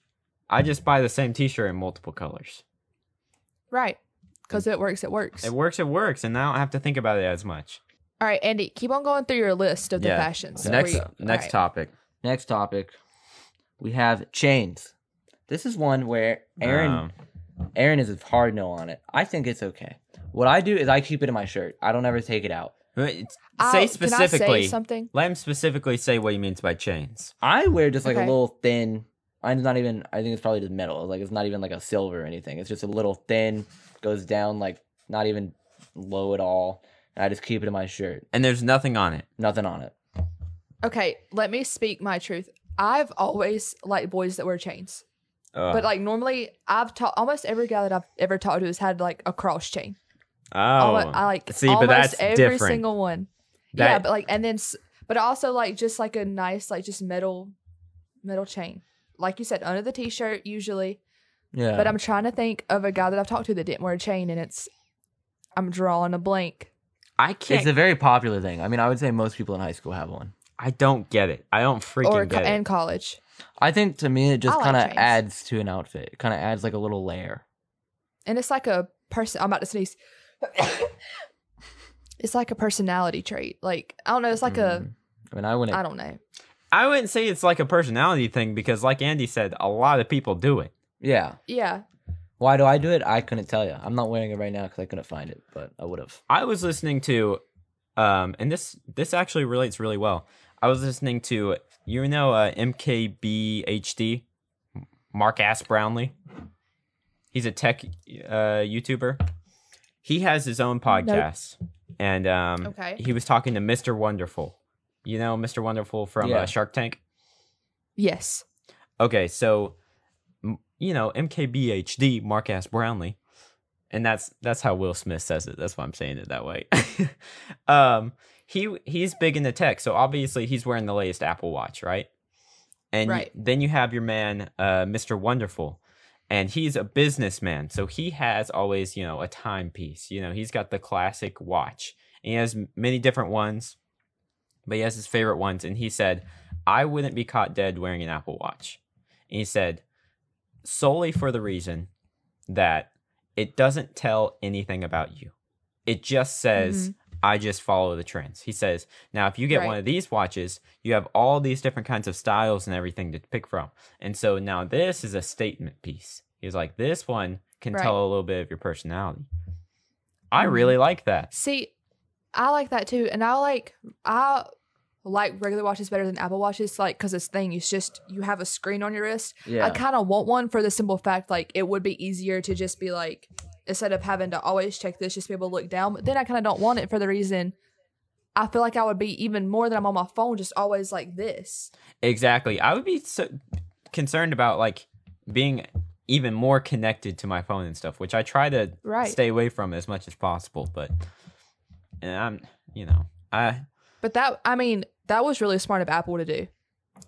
Speaker 2: I just buy the same T-shirt in multiple colors.
Speaker 1: Right. Because it works, it works.
Speaker 2: It works. It works, and I don't have to think about it as much.
Speaker 1: All right, Andy, keep on going through your list of the
Speaker 2: Yeah.
Speaker 1: fashions.
Speaker 3: So
Speaker 2: next
Speaker 1: Where you-
Speaker 2: next
Speaker 1: all right.
Speaker 2: topic.
Speaker 3: Next topic, we have chains. This is one where Aaron
Speaker 2: Um,
Speaker 3: Aaron is a hard no on it. I think it's okay. What I do is I keep it in my shirt. I don't ever take it out.
Speaker 2: Wait,
Speaker 1: I'll-
Speaker 2: Say
Speaker 1: Can Uh, I
Speaker 2: specifically.
Speaker 1: say something?
Speaker 2: Let him specifically say what he means by chains.
Speaker 3: I wear just like a
Speaker 1: Okay.
Speaker 3: little thin. Mine's not even. I think it's probably just metal. Like it's not even like a silver or anything. It's just a little thin. Goes down like not even low at all. And I just keep it in my shirt.
Speaker 2: And there's nothing on it.
Speaker 3: Nothing on it.
Speaker 1: Okay, let me speak my truth. I've always liked boys that wear chains,
Speaker 2: Ugh.
Speaker 1: but like normally, I've taught almost every guy that I've ever talked to has had like a cross chain.
Speaker 2: oh,
Speaker 1: Almo- I like
Speaker 2: see,
Speaker 1: almost
Speaker 2: but that's
Speaker 1: every
Speaker 2: different.
Speaker 1: single one. yeah,
Speaker 2: That-
Speaker 1: but like, and then, s- but also like just like a nice, like just metal middle chain. Like you said, under the t shirt usually.
Speaker 3: Yeah.
Speaker 1: But I'm trying to think of a guy that I've talked to that didn't wear a chain, and it's I'm drawing a blank.
Speaker 2: I
Speaker 3: it's
Speaker 2: can't.
Speaker 3: a very popular thing. I mean, I would say most people in high school have one.
Speaker 2: I don't get it. I don't freaking
Speaker 1: Or co-
Speaker 2: get
Speaker 1: and
Speaker 2: it.
Speaker 1: college.
Speaker 3: I think to me, it
Speaker 1: I
Speaker 3: just
Speaker 1: like
Speaker 3: kind of
Speaker 1: chains.
Speaker 3: adds to an outfit. It kind of adds like a little layer.
Speaker 1: And it's like a person. I'm about to sneeze. it's like a personality trait. Like I don't know. It's like a
Speaker 3: Mm. I mean, I wouldn't.
Speaker 1: I don't know.
Speaker 2: I wouldn't say it's like a personality thing because, like Andy said, a lot of people do it.
Speaker 3: yeah.
Speaker 1: Yeah.
Speaker 3: Why do I do it? I couldn't tell you. I'm not wearing it right now because I couldn't find it, but I would have.
Speaker 2: I was listening to, um, and this this actually relates really well. I was listening to you know uh, MKBHD, Mark Ass Brownlee. He's a tech uh, YouTuber. He has his own podcast, and um,
Speaker 1: Okay.
Speaker 2: he was talking to Mr. Wonderful. You know Mr. Wonderful from
Speaker 3: Yeah.
Speaker 2: uh, Shark Tank.
Speaker 1: Yes.
Speaker 2: Okay, so m- you know MKBHD, Mark Ass Brownlee, and that's that's how Will Smith says it. That's why I'm saying it that way. um, he he's big into tech, so obviously he's wearing the latest Apple Watch, right? And y-
Speaker 1: Right.
Speaker 2: then you have your man, uh, Mr. Wonderful, and he's a businessman, so he has always you know a timepiece. You know he's got the classic watch, and he has m- many different ones, but he has his favorite ones. And he said, "I wouldn't be caught dead wearing an Apple Watch." And he said, solely for the reason that it doesn't tell anything about you. It just says, I just follow the trends. He says, now if you get one
Speaker 1: Mm-hmm. Right.
Speaker 2: of these watches, you have all these different kinds of styles and everything to pick from. And so now this is a statement piece. He's like, this one can
Speaker 1: Right.
Speaker 2: tell a little bit of your personality. I
Speaker 1: Mhm.
Speaker 2: really like that.
Speaker 1: See, I like that too, and I like I like regular watches better than Apple watches, like because this thing it's just you have a screen on your wrist.
Speaker 3: Yeah.
Speaker 1: I kind of want one for the simple fact like it would be easier to just be like instead of having to always check this, just be able to look down. But then I kind of don't want it for the reason I feel like I would be even more than I'm on my phone, just always like this.
Speaker 2: Exactly. I would be so concerned about like being even more connected to my phone and stuff, which I try to
Speaker 1: Right.
Speaker 2: stay away from as much as possible. But and I'm, you know, I
Speaker 1: But that I mean that was really smart of Apple to do.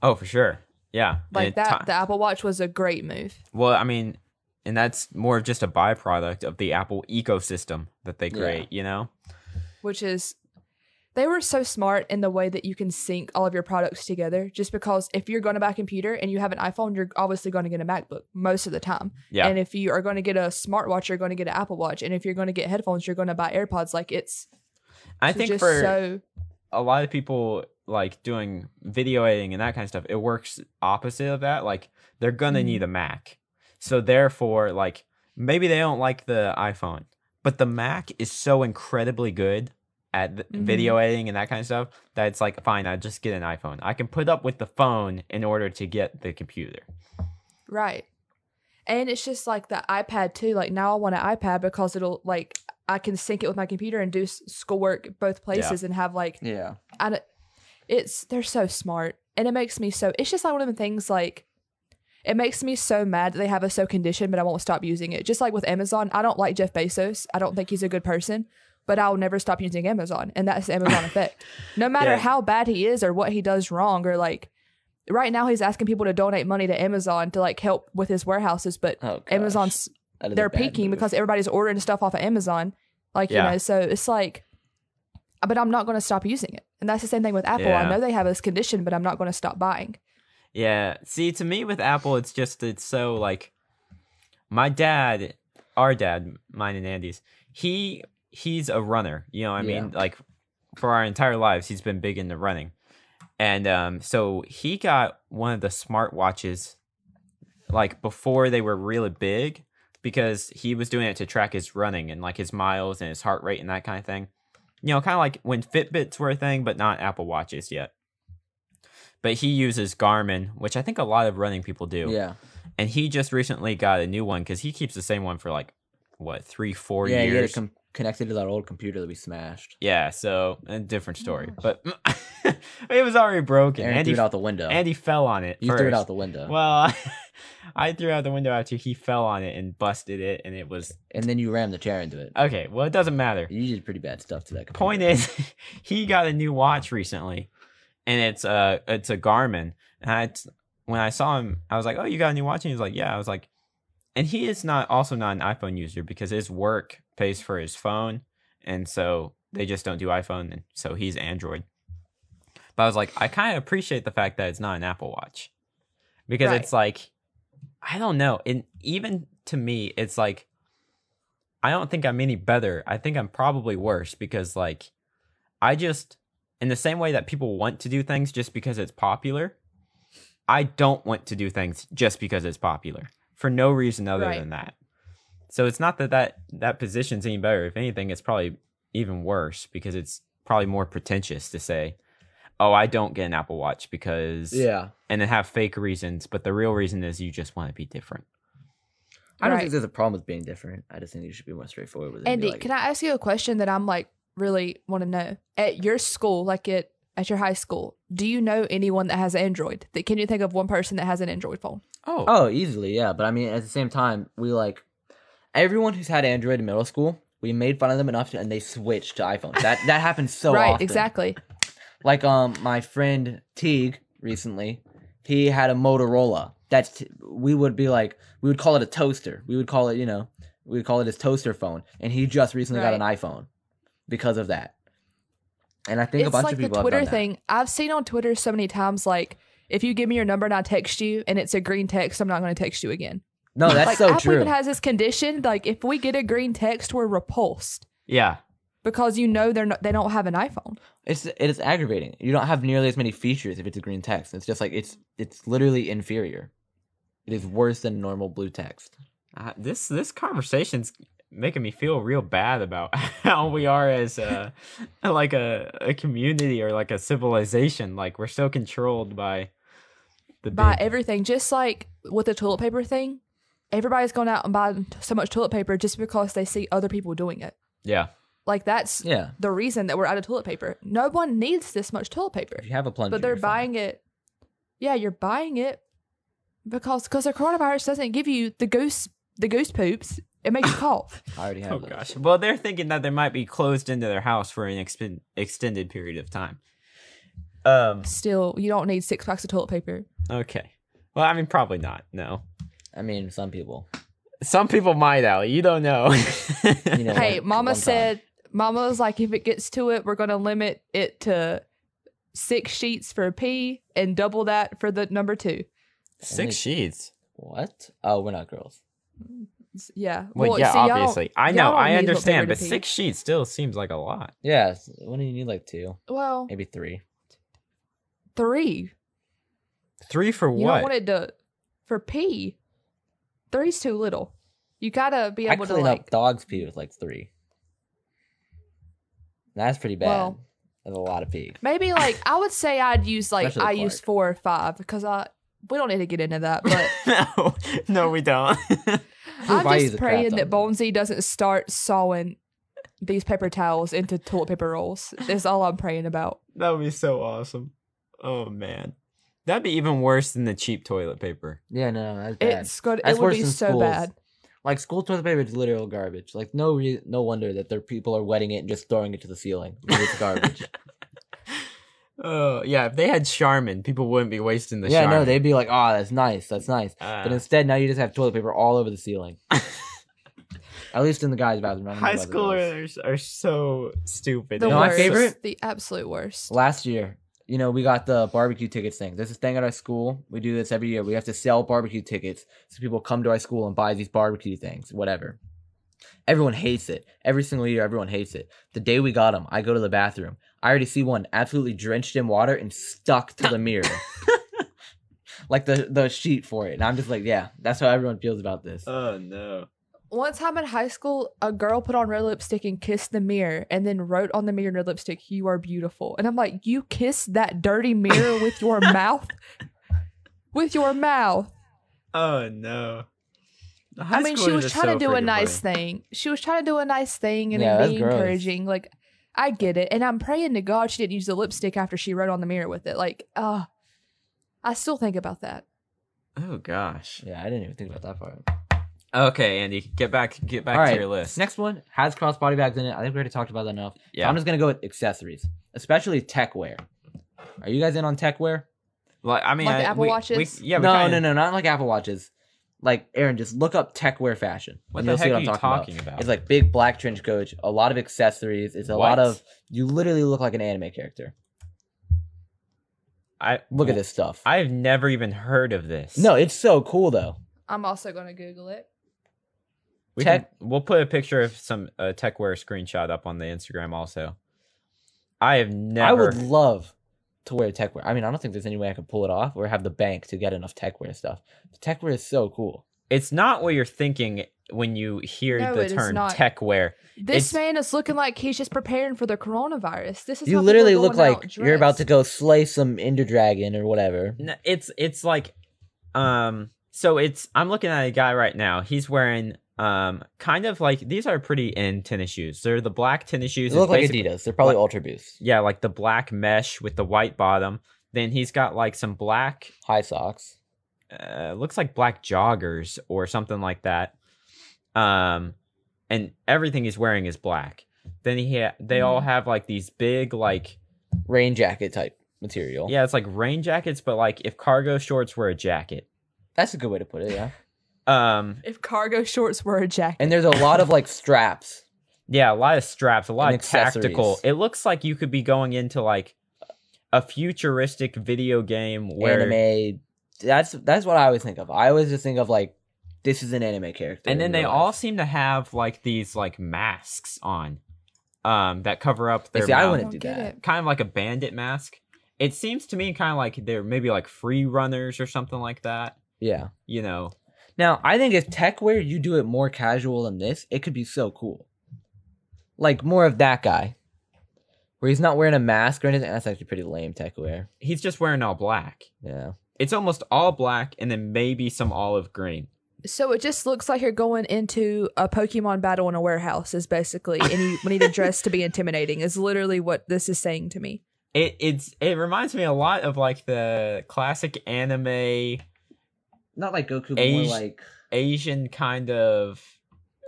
Speaker 2: oh for sure, yeah,
Speaker 1: Like
Speaker 2: And
Speaker 1: that,
Speaker 2: ti-
Speaker 1: the Apple Watch was a great move.
Speaker 2: well, I mean, and that's more of just a byproduct of the Apple ecosystem that they
Speaker 3: Yeah.
Speaker 2: create. You know,
Speaker 1: which is they were so smart in the way that you can sync all of your products together just because if you're going to buy a computer and you have an iphone you're obviously going to get a macbook most of the time
Speaker 2: yeah,
Speaker 1: and if you are going to get a smartwatch you're going to get an apple watch and if you're going to get headphones you're going to buy airpods like it's
Speaker 2: I think
Speaker 1: just
Speaker 2: for
Speaker 1: so
Speaker 2: a lot of people like doing video editing and that kind of stuff, it works opposite of that. Like they're gonna
Speaker 1: Mhm.
Speaker 2: need a Mac. So therefore, like maybe they don't like the iPhone, but the Mac is so incredibly good at th-
Speaker 1: Mhm.
Speaker 2: video editing and that kind of stuff that it's like fine, I just get an iPhone. I can put up with the phone in order to get the computer.
Speaker 1: right and it's just like the ipad too like now i want an ipad because it'll like i can sync it with my computer and do s- schoolwork both places and have like
Speaker 3: yeah.
Speaker 1: I don't, it's they're so smart and it makes me so it's just like one of the things like it makes me so mad that they have us so conditioned but i won't stop using it just like with amazon i don't like jeff bezos i don't think he's a good person but i'll never stop using amazon and that's the amazon effect no matter
Speaker 2: Yeah.
Speaker 1: how bad he is or what he does wrong or like right now he's asking people to donate money to amazon to like help with his warehouses but
Speaker 3: Oh, gosh.
Speaker 1: amazon's
Speaker 3: That is a
Speaker 1: they're
Speaker 3: bad
Speaker 1: peaking
Speaker 3: move.
Speaker 1: because everybody's ordering stuff off of Amazon. Like,
Speaker 2: Yeah.
Speaker 1: you know, so it's like, but I'm not going to stop using it. And that's the same thing with Apple.
Speaker 2: Yeah.
Speaker 1: I know they have this condition, but I'm not going to stop buying.
Speaker 2: Yeah. See, to me with Apple, it's just it's so like my dad, our dad, mine and Andy's, he he's a runner. You know, what I mean, like for our entire lives, he's been big into running, and um, so he got one of the smartwatches, like before they were really big, because he was doing it to track his running and like his miles and his heart rate and that kind of thing. You know, kind of like when Fitbits were a thing, but not Apple Watches yet. But he uses Garmin, which I think a lot of running people do
Speaker 3: Yeah.
Speaker 2: and he just recently got a new one because he keeps the same one for like what three four
Speaker 3: yeah, you had
Speaker 2: years
Speaker 3: it com- connected to that old computer that we smashed.
Speaker 2: yeah so a different story
Speaker 1: Gosh.
Speaker 2: but it was already broken
Speaker 3: Aaron
Speaker 2: Andy,
Speaker 3: threw it out the window.
Speaker 2: Andy fell on it
Speaker 3: you
Speaker 2: first.
Speaker 3: threw it out the window.
Speaker 2: well i threw it out the window after he fell on it and busted it and it was
Speaker 3: and then you rammed the chair into it.
Speaker 2: okay well it doesn't matter
Speaker 3: You did pretty bad stuff to that
Speaker 2: Uh,
Speaker 3: computer.
Speaker 2: point is he got a new watch recently and it's a it's a garmin and i when I saw him, I was like, "Oh, you got a new watch?" And he was like, "Yeah." I was like, and he is not also not an iPhone user because his work pays for his phone, and so they just don't do iPhone, and so he's Android. But I was like, I kind of appreciate the fact that it's not an Apple Watch because
Speaker 1: Right.
Speaker 2: it's like, I don't know, and even to me, it's like, I don't think I'm any better. I think I'm probably worse because like, I just in the same way that people want to do things just because it's popular. I don't want to do things just because it's popular for no reason other
Speaker 1: Right.
Speaker 2: than that. So it's not that, that that position's any better. If anything, it's probably even worse because it's probably more pretentious to say, "Oh, I don't get an Apple Watch because,"
Speaker 3: Yeah.
Speaker 2: and then have fake reasons, but the real reason is you just want to be different.
Speaker 3: I don't
Speaker 1: Right.
Speaker 3: think there's a problem with being different. I just think you should be more straightforward with it. and be
Speaker 1: Andy,
Speaker 3: like,
Speaker 1: can I ask you a question that I'm like really want to know? At your school, like at at your high school, do you know anyone that has Android? That can you think of one person that has an Android phone?
Speaker 2: Oh,
Speaker 3: Oh, easily, yeah. But I mean, at the same time, we like everyone who's had Android in middle school. We made fun of them enough, to, and they switched to iPhone. That that happens so
Speaker 1: right,
Speaker 3: often.
Speaker 1: exactly.
Speaker 3: Like um, my friend Teague recently, he had a Motorola. That's t- we would be like we would call it a toaster. We would call it you know we would call it his toaster phone, and he just recently got an iPhone because of that. And I think a
Speaker 1: it's
Speaker 3: bunch
Speaker 1: like
Speaker 3: of
Speaker 1: the
Speaker 3: people
Speaker 1: Twitter
Speaker 3: have done that.
Speaker 1: thing. I've seen on Twitter so many times, like if you give me your number and I text you, and it's a green text, I'm not going to text you again.
Speaker 3: No, that's
Speaker 1: like
Speaker 3: so
Speaker 1: Apple
Speaker 3: true.
Speaker 1: even has this condition. Like if we get a green text, we're repulsed
Speaker 2: yeah,
Speaker 1: because you know they're not, they don't have an iPhone.
Speaker 3: It's it is aggravating. You don't have nearly as many features if it's a green text. It's just like it's it's literally inferior. It is worse than normal blue text.
Speaker 2: uh, this this conversation's making me feel real bad about how we are as uh like a, a community or like a civilization. Like we're so controlled by the
Speaker 1: Buy
Speaker 2: big-
Speaker 1: everything, just like with the toilet paper thing. Everybody's going out and buying so much toilet paper just because they see other people doing it.
Speaker 2: yeah.
Speaker 1: Like that's
Speaker 3: Yeah.
Speaker 1: the reason that we're out of toilet paper. No one needs this much toilet paper,
Speaker 3: If you have a plunger,
Speaker 1: but they're
Speaker 3: you're fine.
Speaker 1: buying it. Yeah, you're buying it because because the coronavirus doesn't give you the goose the goose poops. It makes you cough.
Speaker 3: I already have.
Speaker 2: Oh
Speaker 3: those.
Speaker 2: gosh. Well, they're thinking that they might be closed into their house for an expen- extended period of time. Um.
Speaker 1: Still, you don't need six packs of toilet paper.
Speaker 2: Okay. Well, I mean, probably not. No.
Speaker 3: I mean, some people.
Speaker 2: Some people might, Allie. You don't know.
Speaker 3: You know,
Speaker 1: hey,
Speaker 3: like,
Speaker 1: Mama
Speaker 3: one time.
Speaker 1: said, Mama was like, if it gets to it, we're going to limit it to six sheets for P and double that for the number two.
Speaker 3: Only-
Speaker 2: Six sheets.
Speaker 3: "What? Oh, we're not girls."
Speaker 1: S- Yeah.
Speaker 2: Well, yeah,
Speaker 1: see, y'all-
Speaker 2: obviously. I
Speaker 1: y'all
Speaker 2: know.
Speaker 1: don't
Speaker 2: I
Speaker 1: need toilet
Speaker 2: understand,
Speaker 1: paper
Speaker 2: but
Speaker 1: to pee.
Speaker 2: six sheets still seems like a lot.
Speaker 3: Yeah. s- When do you need like two,
Speaker 1: Well,
Speaker 3: maybe three?
Speaker 1: three.
Speaker 2: Three for
Speaker 1: You
Speaker 2: what?
Speaker 1: don't want it to, for P, three's too little. You got to be
Speaker 3: I
Speaker 1: able to,
Speaker 3: clean
Speaker 1: like,
Speaker 3: up dogs' pee with like three. That's pretty bad.
Speaker 1: Well-
Speaker 3: That's a lot of pee.
Speaker 1: maybe, like, I would say I'd use, like, I
Speaker 3: Especially
Speaker 1: use
Speaker 3: Clark.
Speaker 1: four or five because I, we don't need to get into that, but.
Speaker 2: no, no, we don't.
Speaker 1: I'm
Speaker 3: Why is
Speaker 1: just
Speaker 3: it crap
Speaker 1: praying that
Speaker 3: done?
Speaker 1: Bonesy doesn't start sawing these paper towels into toilet paper rolls. That's all I'm praying about.
Speaker 2: that would be so awesome. Oh man, that'd be even worse than the cheap toilet paper.
Speaker 3: Yeah, no, that's bad.
Speaker 1: It's good.
Speaker 3: That's
Speaker 1: it would
Speaker 3: worse
Speaker 1: be
Speaker 3: than
Speaker 1: so
Speaker 3: schools.
Speaker 1: bad.
Speaker 3: Like school toilet paper is literal garbage. Like no, re- no wonder that their people are wetting it and just throwing it to the ceiling. because It's garbage.
Speaker 2: Oh yeah, if they had Charmin, people wouldn't be wasting the.
Speaker 3: yeah,
Speaker 2: Charmin.
Speaker 3: no, they'd be like, "Oh, that's nice, that's nice," but
Speaker 2: Uh,
Speaker 3: instead now you just have toilet paper all over the ceiling. At least in the guys' bathroom. I don't know
Speaker 2: high
Speaker 3: about the girls.
Speaker 2: schoolers are so stupid.
Speaker 1: The
Speaker 3: know my
Speaker 1: worst.
Speaker 3: favorite?
Speaker 1: The absolute worst.
Speaker 3: Last year, you know, we got the barbecue tickets thing. There's this thing at our school. We do this every year. We have to sell barbecue tickets so people come to our school and buy these barbecue things, whatever. Everyone hates it. Every single year, everyone hates it. The day we got them, I go to the bathroom. I already see one absolutely drenched in water and stuck to the mirror. like the, the sheet for it. And I'm just like, yeah, that's how everyone feels about this.
Speaker 2: Oh no.
Speaker 1: One time in high school, a girl put on red lipstick and kissed the mirror and then wrote on the mirror in red lipstick, You are beautiful. And I'm like, You kissed that dirty mirror with your mouth? With your mouth.
Speaker 2: Oh no.
Speaker 1: I mean, she was trying to do a nice thing. She was trying to do a nice thing and
Speaker 3: Yeah, that's
Speaker 1: be
Speaker 3: gross.
Speaker 1: encouraging. Like, I get it. And I'm praying to God she didn't use the lipstick after she wrote on the mirror with it. Like, uh, I still think about that.
Speaker 2: Oh gosh.
Speaker 3: Yeah, I didn't even think about that part.
Speaker 2: Okay, Andy, get back, get back
Speaker 3: All
Speaker 2: to
Speaker 3: right,
Speaker 2: your list.
Speaker 3: Next one has crossbody bags in it. I think we already talked about that enough. So
Speaker 2: yeah.
Speaker 3: I'm just gonna go with accessories, especially tech wear. Are you guys in on tech wear?
Speaker 2: Like I mean,
Speaker 1: Like the
Speaker 2: I-
Speaker 1: Apple
Speaker 2: we-
Speaker 1: Watches?
Speaker 2: we- yeah, we
Speaker 3: no,
Speaker 2: kinda-
Speaker 3: no, no, not like Apple Watches. Like Aaron, just look up techwear fashion.
Speaker 2: What
Speaker 3: and
Speaker 2: the
Speaker 3: you'll see
Speaker 2: heck
Speaker 3: what
Speaker 2: are
Speaker 3: I'm
Speaker 2: you talking, about?
Speaker 3: It's like big black trench coat, a lot of accessories. It's a
Speaker 2: What?
Speaker 3: lot of you literally look like an anime character.
Speaker 2: I
Speaker 3: Look at this stuff.
Speaker 2: I've never even heard of this.
Speaker 3: no, it's so cool though.
Speaker 1: I'm also going to Google it.
Speaker 2: we
Speaker 3: tech-
Speaker 2: can, we'll put a picture of some uh, techwear screenshot up on the Instagram. Also, I have never.
Speaker 3: I would love to wear techwear. I mean, I don't think there's any way I could pull it off or have the bank to get enough techwear stuff. The techwear is so cool.
Speaker 2: it's not what you're thinking when you hear
Speaker 1: No,
Speaker 2: the
Speaker 1: it is
Speaker 2: term
Speaker 1: not.
Speaker 2: techwear.
Speaker 1: This
Speaker 2: It's-
Speaker 1: man is looking like he's just preparing for the coronavirus. This is
Speaker 3: you
Speaker 1: how people are
Speaker 3: literally look
Speaker 1: going out
Speaker 3: like you're about to
Speaker 1: dressed.
Speaker 3: go slay some Ender Dragon or whatever.
Speaker 2: N- It's it's like, um. So it's I'm looking at a guy right now. He's wearing um kind of like these are pretty in tennis shoes. They're the black tennis
Speaker 3: They
Speaker 2: shoes. It's
Speaker 3: look like
Speaker 2: basically-
Speaker 3: Adidas. They're probably
Speaker 2: What?
Speaker 3: Ultra Boost.
Speaker 2: Yeah, like the black mesh with the white bottom. Then he's got like some black
Speaker 3: High socks.
Speaker 2: uh, looks like black joggers or something like that. Um, and everything he's wearing is black. Then he ha- they all
Speaker 3: Mm-hmm.
Speaker 2: have like these big like
Speaker 3: Rain jacket type material.
Speaker 2: yeah, it's like rain jackets, but like if cargo shorts were a jacket.
Speaker 3: That's a good way to put it, yeah.
Speaker 2: Um,
Speaker 1: If cargo shorts were a jacket,
Speaker 3: And there's a lot of like straps.
Speaker 2: yeah, a lot of straps, a lot
Speaker 3: And
Speaker 2: of tactical.
Speaker 3: accessories.
Speaker 2: It looks like you could be going into like a futuristic video game where
Speaker 3: anime. That's that's what I always think of. I always just think of like this is an anime character.
Speaker 2: and then
Speaker 3: in
Speaker 2: they
Speaker 3: real
Speaker 2: all
Speaker 3: life.
Speaker 2: seem to have like these like masks on um that cover up
Speaker 3: Like,
Speaker 2: their
Speaker 3: see, I
Speaker 2: mouth.
Speaker 1: I
Speaker 3: wouldn't
Speaker 1: don't
Speaker 3: do
Speaker 1: get
Speaker 3: that.
Speaker 1: it.
Speaker 2: kind of like a bandit mask. It seems to me kind of like they're maybe like free runners or something like that.
Speaker 3: Yeah.
Speaker 2: You know,
Speaker 3: Now I think if tech wear you do it more casual than this, it could be so cool. Like more of that guy, where he's not wearing a mask or anything. That's actually pretty lame tech wear.
Speaker 2: he's just wearing all black.
Speaker 3: Yeah.
Speaker 2: It's almost all black and then maybe some olive green.
Speaker 1: so it just looks like you're going into a Pokemon battle in a warehouse. Is basically, and you need a dress to be intimidating. Is literally what this is saying to me.
Speaker 2: It it's it reminds me a lot of like the classic anime
Speaker 3: Not like Goku,
Speaker 2: Asian-
Speaker 3: more like
Speaker 2: Asian kind of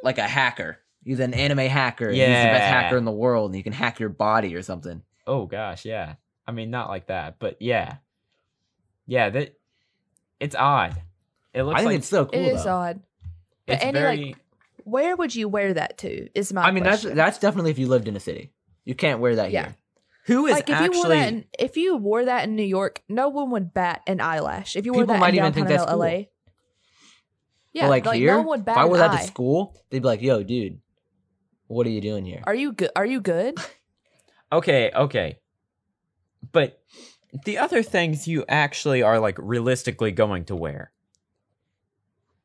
Speaker 3: like a hacker. He's an anime hacker. and He's the best
Speaker 2: Yeah.
Speaker 3: hacker in the world, and he can hack your body or something.
Speaker 2: oh gosh, yeah. I mean not like that, but yeah. Yeah, that it's odd. It
Speaker 3: I
Speaker 2: looks
Speaker 3: think
Speaker 2: like
Speaker 3: it's so cool.
Speaker 1: It is
Speaker 3: though.
Speaker 1: odd. but
Speaker 2: it's
Speaker 1: any, like,
Speaker 2: very
Speaker 1: Where would you wear that to? Is my.
Speaker 3: I mean, that's
Speaker 1: question.
Speaker 3: that's definitely if you lived in a city. You can't wear that
Speaker 1: Yeah.
Speaker 3: here. Who is
Speaker 1: like if you wore
Speaker 3: actually?
Speaker 1: that in, if you wore that in New York, no one would bat an eyelash. If you wore
Speaker 3: People
Speaker 1: that
Speaker 3: might
Speaker 1: in
Speaker 3: even
Speaker 1: downtown
Speaker 3: think that's
Speaker 1: LA,
Speaker 3: cool.
Speaker 1: yeah,
Speaker 3: but like, here,
Speaker 1: no one would bat
Speaker 3: if I wore
Speaker 1: an
Speaker 3: that
Speaker 1: eye.
Speaker 3: to school, they'd be like, "Yo, dude, what are you doing here?"
Speaker 1: Are you good? Are you good?
Speaker 2: Okay, okay. But the other things you actually are like realistically going to wear.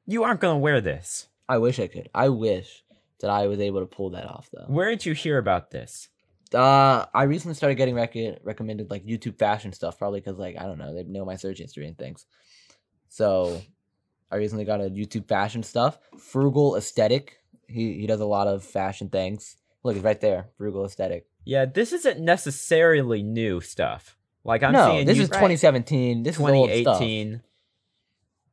Speaker 2: You aren't going to wear this.
Speaker 3: I wish I could. I wish that I was able to pull that off though.
Speaker 2: Where did you hear about this?
Speaker 3: Uh, I recently started getting rec- recommended like YouTube fashion stuff, probably because like I don't know, they know my search history and things. So, I recently got a YouTube fashion stuff. Frugal aesthetic. He he does a lot of fashion things. Look, it's right there. Frugal aesthetic.
Speaker 2: Yeah, this isn't necessarily new stuff. Like I'm
Speaker 3: no,
Speaker 2: seeing
Speaker 3: this
Speaker 2: you
Speaker 3: is
Speaker 1: Right.
Speaker 3: 2017. This is old stuff.
Speaker 2: 2018.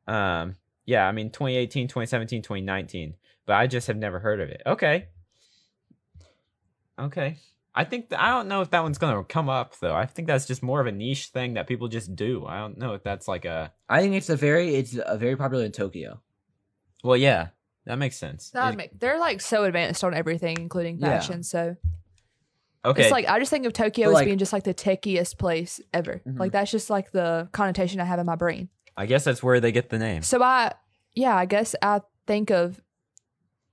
Speaker 2: Um yeah, I mean 2018, 2017, 2019, but I just have never heard of it. Okay. Okay. I think th- I don't know if that one's going to come up though. I think that's just more of a niche thing that people just do. I don't know if that's like a
Speaker 3: I think it's a very it's a very popular in Tokyo.
Speaker 2: Well, yeah, that makes sense.
Speaker 1: That would
Speaker 2: It-
Speaker 1: make- they're like so advanced on everything, including
Speaker 3: Yeah.
Speaker 1: fashion. So
Speaker 2: okay,
Speaker 1: it's like I just think of Tokyo
Speaker 3: But,
Speaker 1: as
Speaker 3: like-
Speaker 1: being just like the techiest place ever.
Speaker 3: Mhm.
Speaker 1: Like that's just like the connotation I have in my brain.
Speaker 2: I guess that's where they get the name.
Speaker 1: So I, yeah, I guess I think of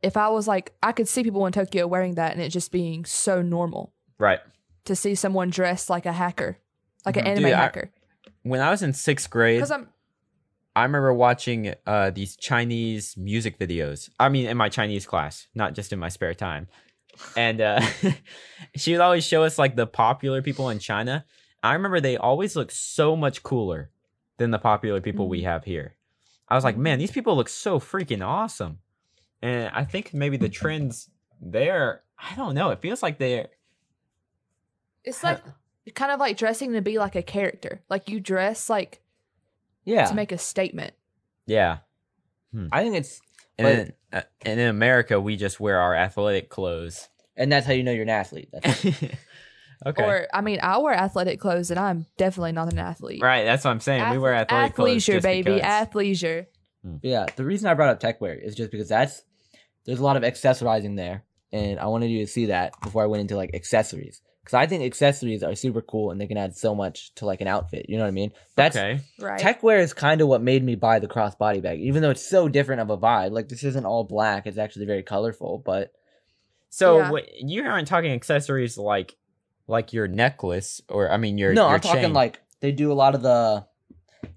Speaker 1: if I was like I could see people in Tokyo wearing that and it just being so normal.
Speaker 2: Right.
Speaker 1: to see someone dressed like a hacker, like
Speaker 3: Mhm.
Speaker 1: an anime
Speaker 2: Mm-hmm. Dude, I-
Speaker 1: hacker.
Speaker 2: When I was in sixth grade,
Speaker 1: Because I'm
Speaker 2: I remember watching uh, these Chinese music videos. I mean, in my Chinese class, not just in my spare time. And uh, she would always show us like the popular people in China. I remember they always look so much cooler than the popular people we have here. I was like, man, these people look so freaking awesome. And I think maybe the trends there, I don't know. It feels like they're
Speaker 1: it's like kind of like dressing to be like a character. Like you dress like
Speaker 3: Yeah,
Speaker 1: to make a statement.
Speaker 2: yeah.
Speaker 3: I think it's
Speaker 2: And
Speaker 3: But-
Speaker 2: then, uh, and in America, we just wear our athletic clothes.
Speaker 3: and that's how you know you're an athlete. That's,
Speaker 2: Okay.
Speaker 1: Or I mean, I wear athletic clothes, and I'm definitely not an athlete.
Speaker 2: right. That's what I'm saying. we
Speaker 1: Ath-
Speaker 2: wear athletic clothes.
Speaker 1: athleisure,
Speaker 2: just
Speaker 1: baby,
Speaker 2: because.
Speaker 1: athleisure.
Speaker 3: Yeah, the reason I brought up tech wear is just because that's there's a lot of accessorizing there, and I wanted you to see that before I went into like accessories because I think accessories are super cool and they can add so much to like an outfit. You know what I mean? That's
Speaker 2: okay.
Speaker 1: Right.
Speaker 3: tech wear is kind of what made me buy the crossbody bag, even though it's so different of a vibe. Like this isn't all black; it's actually very colorful. But
Speaker 2: So
Speaker 1: Yeah.
Speaker 2: wh- you aren't talking accessories like like your necklace or I mean your
Speaker 3: no,
Speaker 2: your
Speaker 3: I'm talking
Speaker 2: chain.
Speaker 3: like they do a lot of the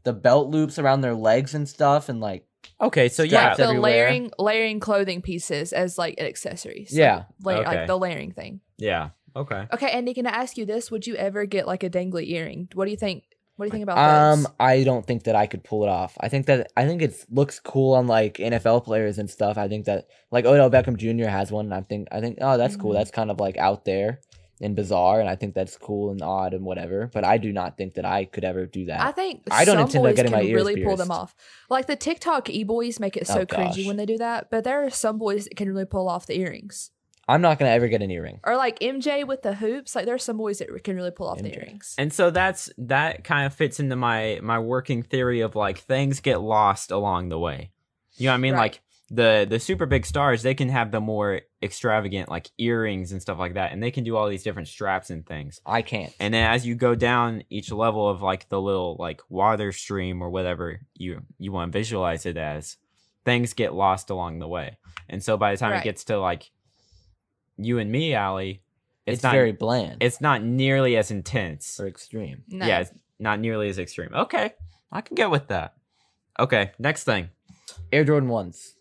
Speaker 3: the belt loops around their legs and stuff, and like
Speaker 2: okay. So
Speaker 3: Like
Speaker 2: yeah,
Speaker 1: like the
Speaker 3: everywhere.
Speaker 1: layering, layering clothing pieces as like accessories.
Speaker 3: yeah,
Speaker 1: Like, la-
Speaker 2: Okay.
Speaker 1: like the layering thing.
Speaker 2: yeah. Okay.
Speaker 1: Okay, Andy, can I ask you this? Would you ever get like a dangly earring? What do you think? What do you think about
Speaker 3: Um,
Speaker 1: those?
Speaker 3: I don't think that I could pull it off. I think that I think it looks cool on like NFL players and stuff. I think that like Odell Beckham Jr. has one, and I think I think oh that's cool.
Speaker 1: Mhm.
Speaker 3: That's kind of like out there and bizarre, and I think that's cool and odd and whatever. But I do not think that I could ever do that.
Speaker 1: I think
Speaker 3: I don't
Speaker 1: some
Speaker 3: intend on
Speaker 1: boys
Speaker 3: getting
Speaker 1: can
Speaker 3: my ears
Speaker 1: really pull
Speaker 3: pierced.
Speaker 1: them off. Like the TikTok e boys make it
Speaker 3: Oh,
Speaker 1: so
Speaker 3: gosh.
Speaker 1: cringy when they do that, but there are some boys that can really pull off the earrings.
Speaker 3: I'm not gonna ever get an earring.
Speaker 1: Or like MJ with the hoops. Like there are some boys that can really pull off the
Speaker 3: MJ.
Speaker 1: earrings.
Speaker 2: And so that's that kind of fits into my my working theory of like things get lost along the way. You know what I mean?
Speaker 1: Right.
Speaker 2: Like the the super big stars, they can have the more extravagant like earrings and stuff like that, and they can do all these different straps and things.
Speaker 3: I can't.
Speaker 2: And then as you go down each level of like the little like water stream or whatever you you want to visualize it as, things get lost along the way. And so by the time it
Speaker 1: Right.
Speaker 2: gets to like you and me, Allie, it's,
Speaker 3: It's,
Speaker 2: not
Speaker 3: very bland
Speaker 2: it's not nearly as intense.
Speaker 3: or extreme.
Speaker 1: No.
Speaker 2: Yeah, it's not nearly as extreme. Okay, I can get with that. Okay, next thing.
Speaker 3: Air Jordan ones.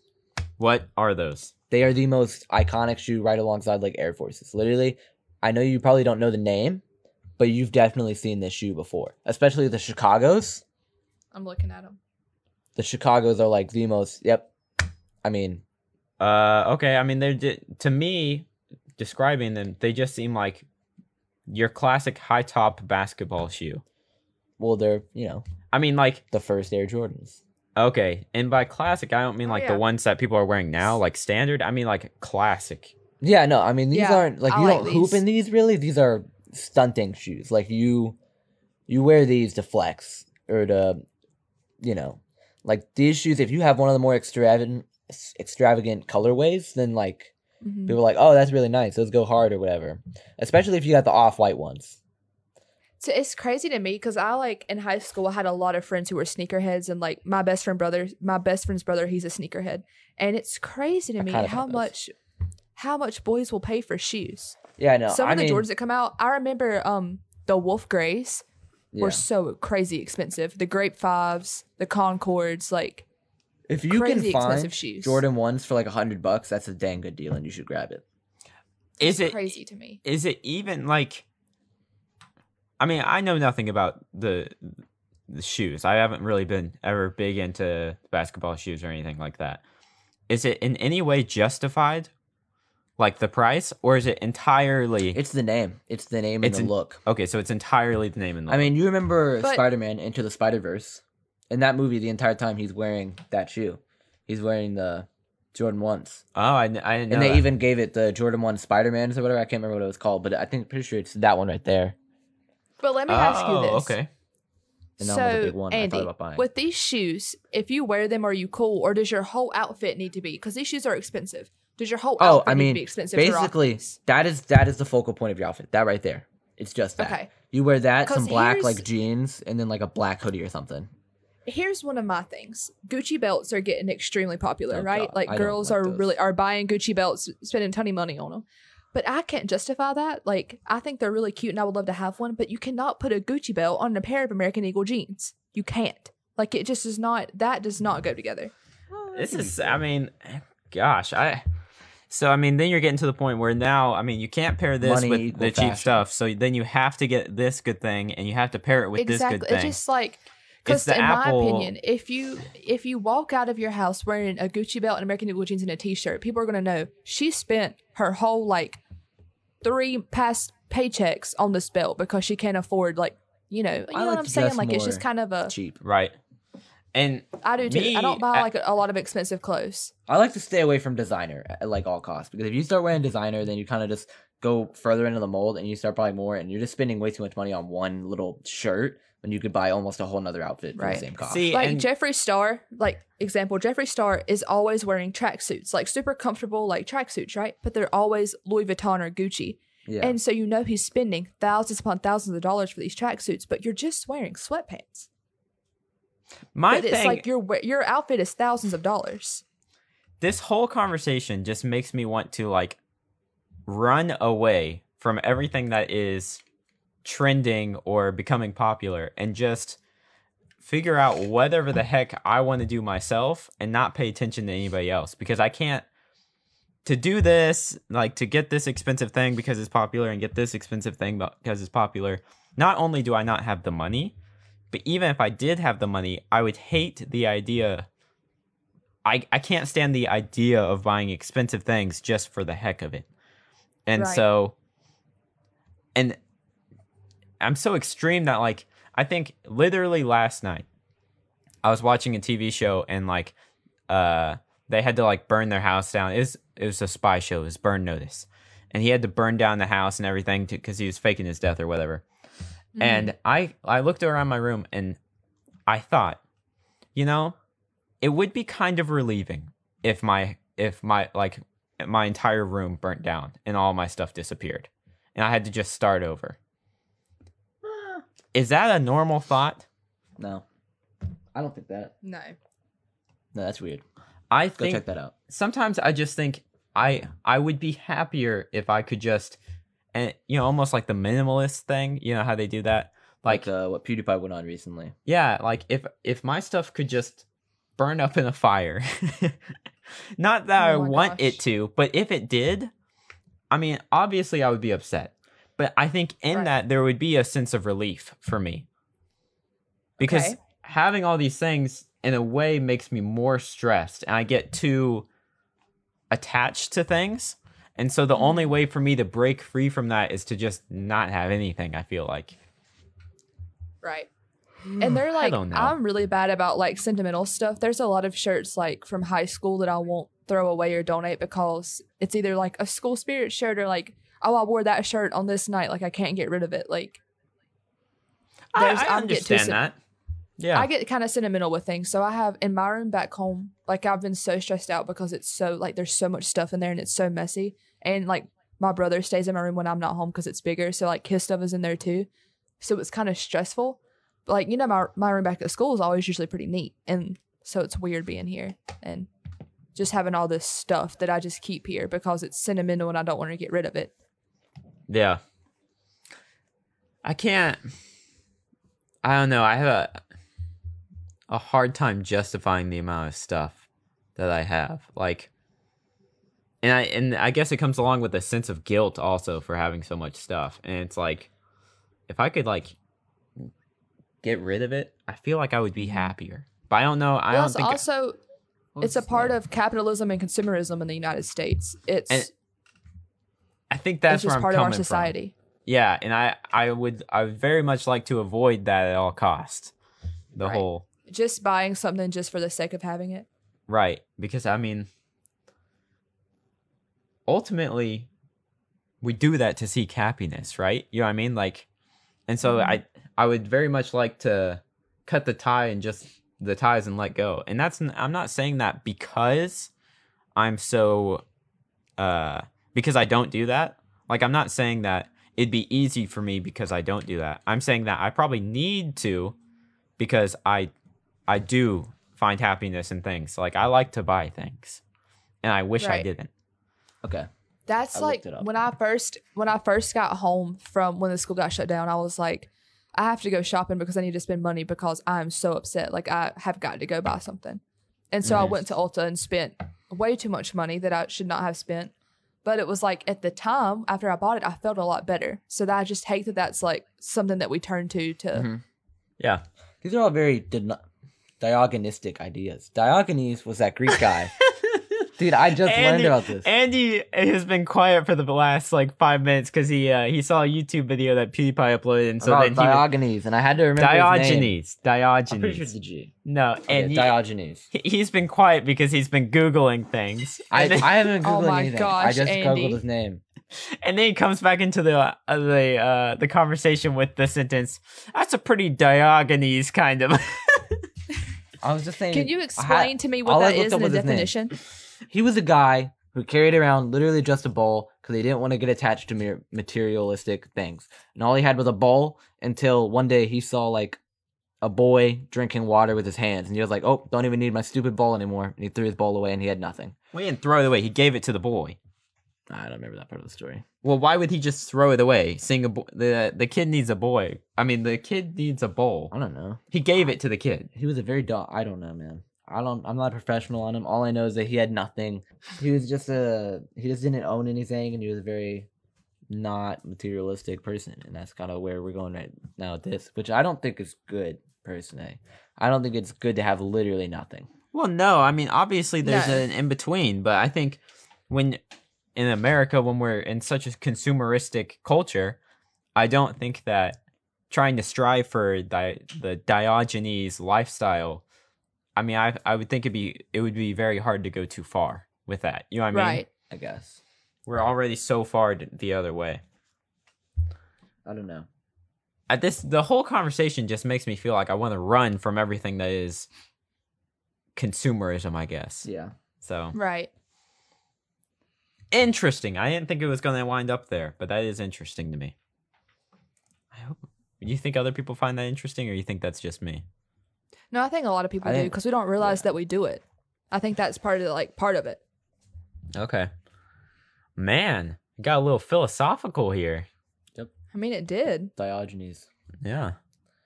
Speaker 2: What are those?
Speaker 3: They are the most iconic shoe right alongside like Air Forces. Literally, I know you probably don't know the name, but you've definitely seen this shoe before, especially the Chicago's.
Speaker 1: I'm looking at them.
Speaker 3: The Chicago's are like the most, yep. I mean,
Speaker 2: Uh, okay, I mean they're ju- to me describing them. They just seem like your classic high top basketball shoe.
Speaker 3: well, they're, you know,
Speaker 2: I mean, like
Speaker 3: the first Air Jordans.
Speaker 2: okay, and by classic, I don't mean
Speaker 1: Oh,
Speaker 2: like
Speaker 1: yeah.
Speaker 2: the ones that people are wearing now, like standard. I mean like classic.
Speaker 3: Yeah, no, I mean, these
Speaker 1: Yeah,
Speaker 3: aren't like
Speaker 1: I
Speaker 3: you
Speaker 1: like
Speaker 3: don't hoop
Speaker 1: these.
Speaker 3: in these really. These are stunting shoes. Like you, you wear these to flex or to, you know, like these shoes. If you have one of the more extravagant, extravagant colorways, then like
Speaker 1: Mhm.
Speaker 3: People are like, oh, that's really nice. Let's go hard or whatever. Especially if you got the off white ones.
Speaker 1: So it's crazy to me because I like in high school I had a lot of friends who were sneakerheads and like my best friend brother, my best friend's brother, he's a sneakerhead, and it's crazy to
Speaker 3: I
Speaker 1: me
Speaker 3: kind of
Speaker 1: how
Speaker 3: had those.
Speaker 1: much, how much boys will pay for shoes.
Speaker 3: Yeah, I know.
Speaker 1: Some
Speaker 3: I
Speaker 1: of the
Speaker 3: mean,
Speaker 1: Jordans that come out, I remember um the Wolf Grays
Speaker 3: yeah.
Speaker 1: were so crazy expensive. The Grape Fives, the Concords, like
Speaker 3: if you can
Speaker 1: crazy
Speaker 3: find
Speaker 1: expensive shoes.
Speaker 3: Jordan ones for like a hundred bucks, that's a dang good deal, and you should grab it.
Speaker 2: Is it
Speaker 1: crazy to me.
Speaker 2: is it even like i mean i know nothing about the the shoes i haven't really been ever big into basketball shoes or anything like that is it in any way justified like the price or is it entirely
Speaker 3: It's the name. It's the name
Speaker 2: It's
Speaker 3: and
Speaker 2: an-
Speaker 3: the look.
Speaker 2: okay so it's entirely the name and the
Speaker 3: I mean, you remember
Speaker 1: But-
Speaker 3: Spider Man Into the Spider Verse? In that movie, the entire time he's wearing that shoe, he's wearing the Jordan ones,
Speaker 2: oh i, kn- I didn't know
Speaker 3: and they
Speaker 2: that.
Speaker 3: even gave it the Jordan one Spider Mans or whatever. I can't remember what it was called, but I think pretty sure it's that one right there.
Speaker 1: But let me
Speaker 2: oh,
Speaker 1: ask you this.
Speaker 2: okay
Speaker 3: And that one was a
Speaker 1: so,
Speaker 3: big one. I thought
Speaker 1: Andy,
Speaker 3: about buying.
Speaker 1: with these shoes, if you wear them, are you cool, or does your whole outfit need to be? Because these shoes are expensive. Does your whole
Speaker 3: Oh,
Speaker 1: outfit
Speaker 3: I
Speaker 1: need to be
Speaker 3: mean,
Speaker 1: expensive? to rock
Speaker 3: basically,
Speaker 1: these?
Speaker 3: that is that is the focal point of your outfit. That right there. It's just that.
Speaker 1: Okay.
Speaker 3: You wear that, some
Speaker 1: 'Cause
Speaker 3: black
Speaker 1: here's-
Speaker 3: like jeans, and then like a black hoodie or something.
Speaker 1: here's one of my things: Gucci belts are getting extremely popular,
Speaker 3: Oh,
Speaker 1: right?
Speaker 3: God,
Speaker 1: Like
Speaker 3: I don't
Speaker 1: girls
Speaker 3: like
Speaker 1: are
Speaker 3: those.
Speaker 1: really are buying Gucci belts, spending tons of money on them. But I can't justify that. Like I think they're really cute, and I would love to have one. But you cannot put a Gucci belt on a pair of American Eagle jeans. You can't. Like it just is not. That does not go together.
Speaker 2: this is i mean eh, gosh i so i mean then you're getting to the point where now i mean you can't pair this
Speaker 3: Money
Speaker 2: with
Speaker 3: equal
Speaker 2: the cheap
Speaker 3: fashion.
Speaker 2: stuff so then you have to get this good thing and you have to pair it with
Speaker 1: exactly.
Speaker 2: this good thing
Speaker 1: It's just like
Speaker 2: It's
Speaker 1: because,
Speaker 2: the
Speaker 1: in
Speaker 2: Apple-
Speaker 1: my opinion, if you if you walk out of your house wearing a Gucci belt and American Eagle jeans and a T-shirt, people are gonna know she spent her whole like three past paychecks on this belt because she can't afford like you know you know
Speaker 3: like
Speaker 1: what I'm
Speaker 3: to
Speaker 1: saying.
Speaker 3: dress
Speaker 1: Like it's just
Speaker 3: more
Speaker 1: kind of a
Speaker 3: Cheap.
Speaker 2: Right. And
Speaker 1: I do too.
Speaker 2: Me,
Speaker 1: I don't
Speaker 2: I-
Speaker 1: buy like a, a lot of expensive clothes.
Speaker 3: I like to stay away from designer at like all costs because if you start wearing designer, then you kind of just go further into the mold and you start buying more and you're just spending way too much money on one little shirt when you could buy almost a whole nother outfit for
Speaker 1: Right.
Speaker 3: the same cost.
Speaker 2: See,
Speaker 1: Like
Speaker 2: and
Speaker 1: Jeffree Star, like example, Jeffree Star is always wearing tracksuits, like super comfortable, like tracksuits, right? But they're always Louis Vuitton or Gucci,
Speaker 3: yeah.
Speaker 1: and so you know he's spending thousands upon thousands of dollars for these tracksuits, but you're just wearing sweatpants.
Speaker 2: my
Speaker 1: but it's
Speaker 2: thing,
Speaker 1: like your we- your outfit is thousands of dollars.
Speaker 2: this whole conversation just makes me want to like run away from everything that is trending or becoming popular and just figure out whatever the heck I want to do myself and not pay attention to anybody else because I can't to do this like to get this expensive thing because it's popular and get this expensive thing because it's popular not only do I not have the money but even if I did have the money I would hate the idea I, I can't stand the idea of buying expensive things just for the heck of it. And
Speaker 1: Right.
Speaker 2: so and I'm so extreme that like I think literally last night I was watching a TV show and like uh they had to like burn their house down. It was it was a spy show, it was burn notice. And he had to burn down the house and everything because he was faking his death or whatever.
Speaker 1: Mm-hmm.
Speaker 2: And I I looked around my room and I thought, you know, it would be kind of relieving if my if my like my entire room burnt down and all my stuff disappeared and I had to just start over. Is that a normal thought?
Speaker 3: no. I don't think that.
Speaker 1: no,
Speaker 3: No, that's weird.
Speaker 2: I
Speaker 3: Go
Speaker 2: think
Speaker 3: check that out.
Speaker 2: sometimes I just think I I would be happier if I could just and you know almost like the minimalist thing, you know how they do that? Like
Speaker 3: Like, uh, what PewDiePie went on recently.
Speaker 2: yeah like if if my stuff could just burn up in a fire not that i
Speaker 1: Oh my
Speaker 2: want
Speaker 1: gosh.
Speaker 2: it to but if it did i mean obviously i would be upset but i think in
Speaker 1: Right.
Speaker 2: that there would be a sense of relief for me because
Speaker 1: Okay.
Speaker 2: having all these things in a way makes me more stressed and i get too attached to things and so the
Speaker 1: Mm-hmm.
Speaker 2: only way for me to break free from that is to just not have anything i feel like
Speaker 1: right. And they're like,
Speaker 2: don't know.
Speaker 1: I'm really bad about like sentimental stuff. There's a lot of shirts like from high school that I won't throw away or donate because it's either like a school spirit shirt or like, oh, I wore that shirt on this night. Like, I can't get rid of it. Like,
Speaker 2: I,
Speaker 1: There's-
Speaker 2: I
Speaker 1: I'm get too
Speaker 2: understand
Speaker 1: sen-
Speaker 2: that. Yeah.
Speaker 1: I get kind of sentimental with things. So I have in my room back home, like, I've been so stressed out because it's so, like, there's so much stuff in there and it's so messy. And like, my brother stays in my room when I'm not home because it's bigger. So like, his stuff is in there too. so it's kind of stressful. But like you know, my my room back at school is always usually pretty neat, and so it's weird being here and just having all this stuff that I just keep here because it's sentimental and I don't want to get rid of it.
Speaker 2: yeah. I can't. I don't know. I have a a hard time justifying the amount of stuff that I have. Like, and I and I guess it comes along with a sense of guilt also for having so much stuff. And it's like, if I could like get rid of it, I feel like I would be happier. But I don't know. I
Speaker 1: Mm-hmm. Well,
Speaker 2: don't
Speaker 1: it's
Speaker 2: think
Speaker 1: also it's a part of capitalism and consumerism in the United States. It's
Speaker 2: And I think that's
Speaker 1: it's
Speaker 2: where
Speaker 1: just
Speaker 2: I'm
Speaker 1: part of
Speaker 2: coming
Speaker 1: our
Speaker 2: from.
Speaker 1: society.
Speaker 2: Yeah, and I I would I would very much like to avoid that at all costs. The
Speaker 1: Right.
Speaker 2: whole
Speaker 1: Just buying something just for the sake of having it.
Speaker 2: right because I mean ultimately we do that to seek happiness, right? You know what I mean? Like and so I I would very much like to cut the tie and just the ties and let go. And that's n- I'm not saying that because I'm so uh because I don't do that. Like I'm not saying that it'd be easy for me because I don't do that. I'm saying that I probably need to because I I do find happiness in things. Like I like to buy things. And I wish I
Speaker 1: Right.
Speaker 2: didn't.
Speaker 3: Okay.
Speaker 1: That's
Speaker 3: I
Speaker 1: like
Speaker 3: looked it up.
Speaker 1: when I first when I first got home from when the school got shut down, I was like, I have to go shopping because I need to spend money because I'm so upset. Like I have got to go buy something. And so I
Speaker 2: Mhm.
Speaker 1: went to Ulta and spent way too much money that I should not have spent. But it was like at the time after I bought it, I felt a lot better. So that I just hate that that's like something that we turn to to
Speaker 2: Yeah.
Speaker 3: These are all very di- Diogenistic ideas. Diogenes was that Greek guy. Dude, I just learned
Speaker 2: Andy-
Speaker 3: about this.
Speaker 2: Andy has been quiet for the last like five minutes because he uh, he saw a YouTube video that PewDiePie uploaded, and so
Speaker 3: about
Speaker 2: then he
Speaker 3: Diogenes, and I had to remember his name.
Speaker 2: Diogenes,
Speaker 3: I'm
Speaker 2: Diogenes.
Speaker 3: pretty sure it's a G.
Speaker 2: no,
Speaker 3: Okay,
Speaker 2: and
Speaker 3: Diogenes.
Speaker 2: he, he's been quiet because he's been googling things.
Speaker 3: I,
Speaker 2: And then-
Speaker 3: I haven't
Speaker 1: Oh
Speaker 3: googled
Speaker 1: my
Speaker 3: anything. I
Speaker 1: gosh,
Speaker 3: just
Speaker 1: Andy.
Speaker 3: googled his name.
Speaker 2: and then he comes back into the uh, the uh, the conversation with the sentence. That's a pretty Diogenes kind of.
Speaker 3: I was just saying.
Speaker 1: Can you
Speaker 3: I had-
Speaker 1: explain to me what
Speaker 3: all I
Speaker 1: that
Speaker 3: looked
Speaker 1: is
Speaker 3: up
Speaker 1: in a
Speaker 3: was his name.
Speaker 1: definition?
Speaker 3: He was a guy who carried around literally just a bowl because he didn't want to get attached to mere materialistic things. And all he had was a bowl until one day he saw like a boy drinking water with his hands. And he was like, oh, don't even need my stupid bowl anymore. And he threw his bowl away and he had nothing.
Speaker 2: we didn't throw it away. He gave it to the boy.
Speaker 3: I don't remember that part of the story.
Speaker 2: Well, why would he just throw it away? Seeing a bo- the the kid needs a boy. I mean, the kid needs a bowl.
Speaker 3: I don't know.
Speaker 2: He gave it to the kid.
Speaker 3: He was a very dull. I don't know, man. I don't. I'm not a professional on him. All I know is that he had nothing. He was just a. He just didn't own anything, and he was a very not materialistic person, and that's kind of where we're going right now with this, which I don't think is good personally. I don't think it's good to have literally nothing.
Speaker 2: Well, no, I mean obviously there's
Speaker 1: No.
Speaker 2: an in between, but I think when in America when we're in such a consumeristic culture, I don't think that trying to strive for di- the Diogenes lifestyle. I mean, I I would think it'd be it would be very hard to go too far with that. You know what I mean?
Speaker 1: right.
Speaker 3: I guess.
Speaker 2: We're already so far d- the other way.
Speaker 3: I don't know.
Speaker 2: At this, the whole conversation just makes me feel like I want to run from everything that is consumerism. I guess.
Speaker 3: Yeah.
Speaker 2: So
Speaker 1: Right.
Speaker 2: interesting. I didn't think it was going to wind up there, but that is interesting to me. I hope you think other people find that interesting, or you think that's just me.
Speaker 1: No, I think a lot of people
Speaker 3: I
Speaker 1: do
Speaker 3: think-
Speaker 1: because we don't realize
Speaker 3: yeah.
Speaker 1: that we do it. I think that's part of the, like part of it.
Speaker 2: Okay, man, got a little philosophical here.
Speaker 1: I mean, it did.
Speaker 3: Diogenes.
Speaker 2: Yeah,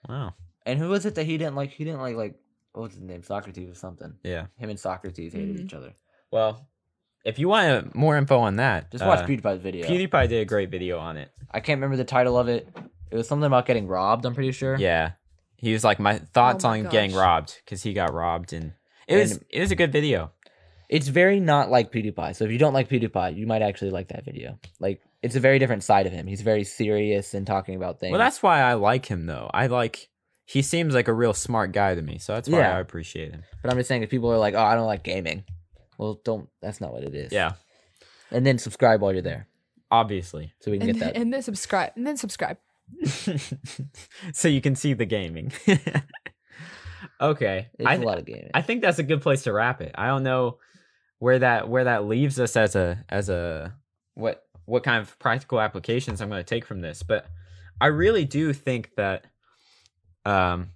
Speaker 2: wow,
Speaker 3: And who was it that he didn't like? He didn't like like what was his name? Socrates or something.
Speaker 2: yeah.
Speaker 3: Him and Socrates hated
Speaker 2: Mm-hmm.
Speaker 1: Mhm.
Speaker 3: each other.
Speaker 2: Well, if you want uh, more info on that,
Speaker 3: Just watch
Speaker 2: uh,
Speaker 3: PewDiePie's video.
Speaker 2: PewDiePie did a great video on it.
Speaker 3: I can't remember the title of it. It was something about getting robbed. I'm pretty sure.
Speaker 2: Yeah, he was like my thoughts
Speaker 1: Oh my
Speaker 2: on getting
Speaker 1: gosh.
Speaker 2: robbed because he got robbed, and it was
Speaker 3: And-
Speaker 2: it was a good video.
Speaker 3: It's very not like PewDiePie. So if you don't like PewDiePie, you might actually like that video. Like it's a very different side of him. He's very serious and talking about things.
Speaker 2: Well, that's why I like him though. I like he seems like a real smart guy to me, so that's why
Speaker 3: Yeah.
Speaker 2: I appreciate him.
Speaker 3: but I'm just saying if people are like, "Oh, I don't like gaming." Well, don't. That's not what it is.
Speaker 2: Yeah,
Speaker 3: And then subscribe while you're there,
Speaker 2: obviously.
Speaker 3: so we can
Speaker 1: And,
Speaker 3: get
Speaker 1: then
Speaker 3: that.
Speaker 1: and then subscribe. And then subscribe.
Speaker 2: so you can see the gaming. okay.
Speaker 3: It's a
Speaker 2: I
Speaker 3: lot of gaming.
Speaker 2: I think that's a good place to wrap it. I don't know where that where that leaves us as a as a what what kind of practical applications I'm going to take from this, but I really do think that um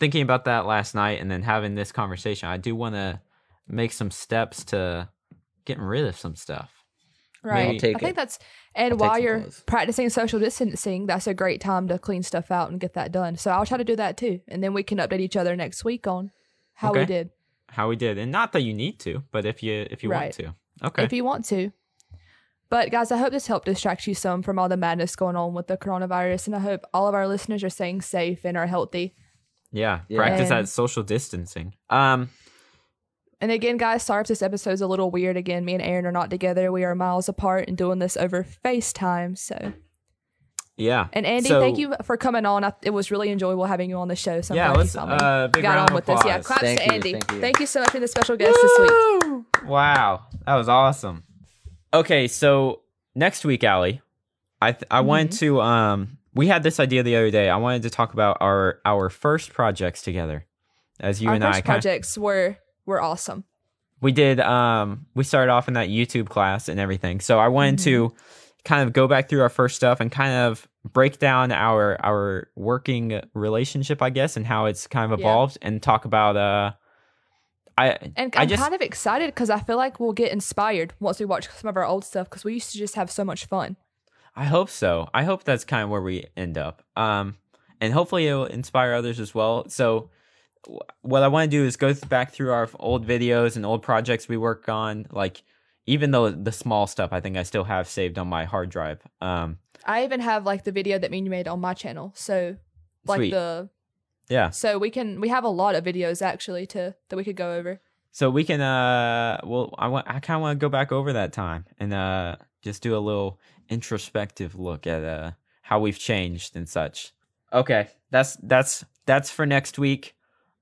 Speaker 2: thinking about that last night and then having this conversation, I do want to make some steps to getting rid of some stuff.
Speaker 1: Right.
Speaker 2: Maybe-
Speaker 3: take
Speaker 1: I think
Speaker 3: it.
Speaker 1: that's and
Speaker 3: I'll take
Speaker 1: while
Speaker 3: some
Speaker 1: you're
Speaker 3: clothes.
Speaker 1: practicing social distancing, that's a great time to clean stuff out and get that done. So I'll try to do that too, and then we can update each other next week on how we
Speaker 2: Okay.
Speaker 1: did
Speaker 2: How we did. And not that you need to, but if you if you
Speaker 1: Right.
Speaker 2: want to. Okay.
Speaker 1: if you want to. But guys, I hope this helped distract you some from all the madness going on with the coronavirus, and I hope all of our listeners are staying safe and are healthy.
Speaker 2: yeah,
Speaker 3: Yeah.
Speaker 2: practice that
Speaker 1: And-
Speaker 2: social distancing. Um
Speaker 1: And again, guys, sorry if this episode's a little weird. Again, me and Aaron are not together; we are miles apart and doing this over FaceTime. So,
Speaker 2: yeah.
Speaker 1: and Andy,
Speaker 2: So-
Speaker 1: thank you for coming on. I, it was really enjoyable having you on the show. So I'm
Speaker 2: yeah,
Speaker 1: glad you
Speaker 2: let's
Speaker 1: finally-
Speaker 2: uh big
Speaker 1: got
Speaker 2: round
Speaker 1: on
Speaker 2: of
Speaker 1: with
Speaker 2: applause.
Speaker 1: this. Yeah, claps
Speaker 3: Thank
Speaker 1: to
Speaker 3: you,
Speaker 1: Andy.
Speaker 3: thank
Speaker 1: Thank
Speaker 3: you.
Speaker 1: you. so much for the special guest this week.
Speaker 2: Wow, that was awesome. Okay, so next week, Allie, I th- I
Speaker 1: Mm-hmm.
Speaker 2: wanted to um we had this idea the other day. I wanted to talk about our our first projects together, as you
Speaker 1: Our
Speaker 2: and
Speaker 1: first
Speaker 2: I. kinda-
Speaker 1: projects were were awesome.
Speaker 2: we did um we started off in that YouTube class and everything. So I wanted
Speaker 1: Mm-hmm.
Speaker 2: to kind of go back through our first stuff and kind of break down our our working relationship, I guess, and how it's kind of
Speaker 1: Yeah.
Speaker 2: evolved, and talk about uh. I
Speaker 1: And
Speaker 2: I
Speaker 1: I'm
Speaker 2: just-
Speaker 1: kind of excited because I feel like we'll get inspired once we watch some of our old stuff because we used to just have so much fun.
Speaker 2: I hope so. I hope that's kind of where we end up. Um, and hopefully it'll inspire others as well. So, wh- what I want to do is go th- back through our old videos and old projects we work on. Like, even though the small stuff, I think I still have saved on my hard drive. Um,
Speaker 1: I even have like the video that me and you made on my channel. So like
Speaker 2: Sweet.
Speaker 1: the
Speaker 2: yeah.
Speaker 1: so we can we have a lot of videos actually to that we could go over.
Speaker 2: So we can. Uh, well, I want. I kind of want to go back over that time and uh, just do a little introspective look at uh how we've changed and such. Okay, that's that's that's for next week.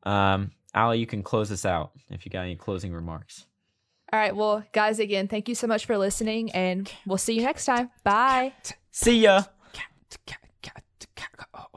Speaker 2: Um, Ali, you can close us out if you got any closing remarks.
Speaker 1: All right. Well, guys, again, thank you so much for listening, and we'll see you next time. Bye.
Speaker 2: See ya.
Speaker 4: cat, cat, cat, cat. Oh.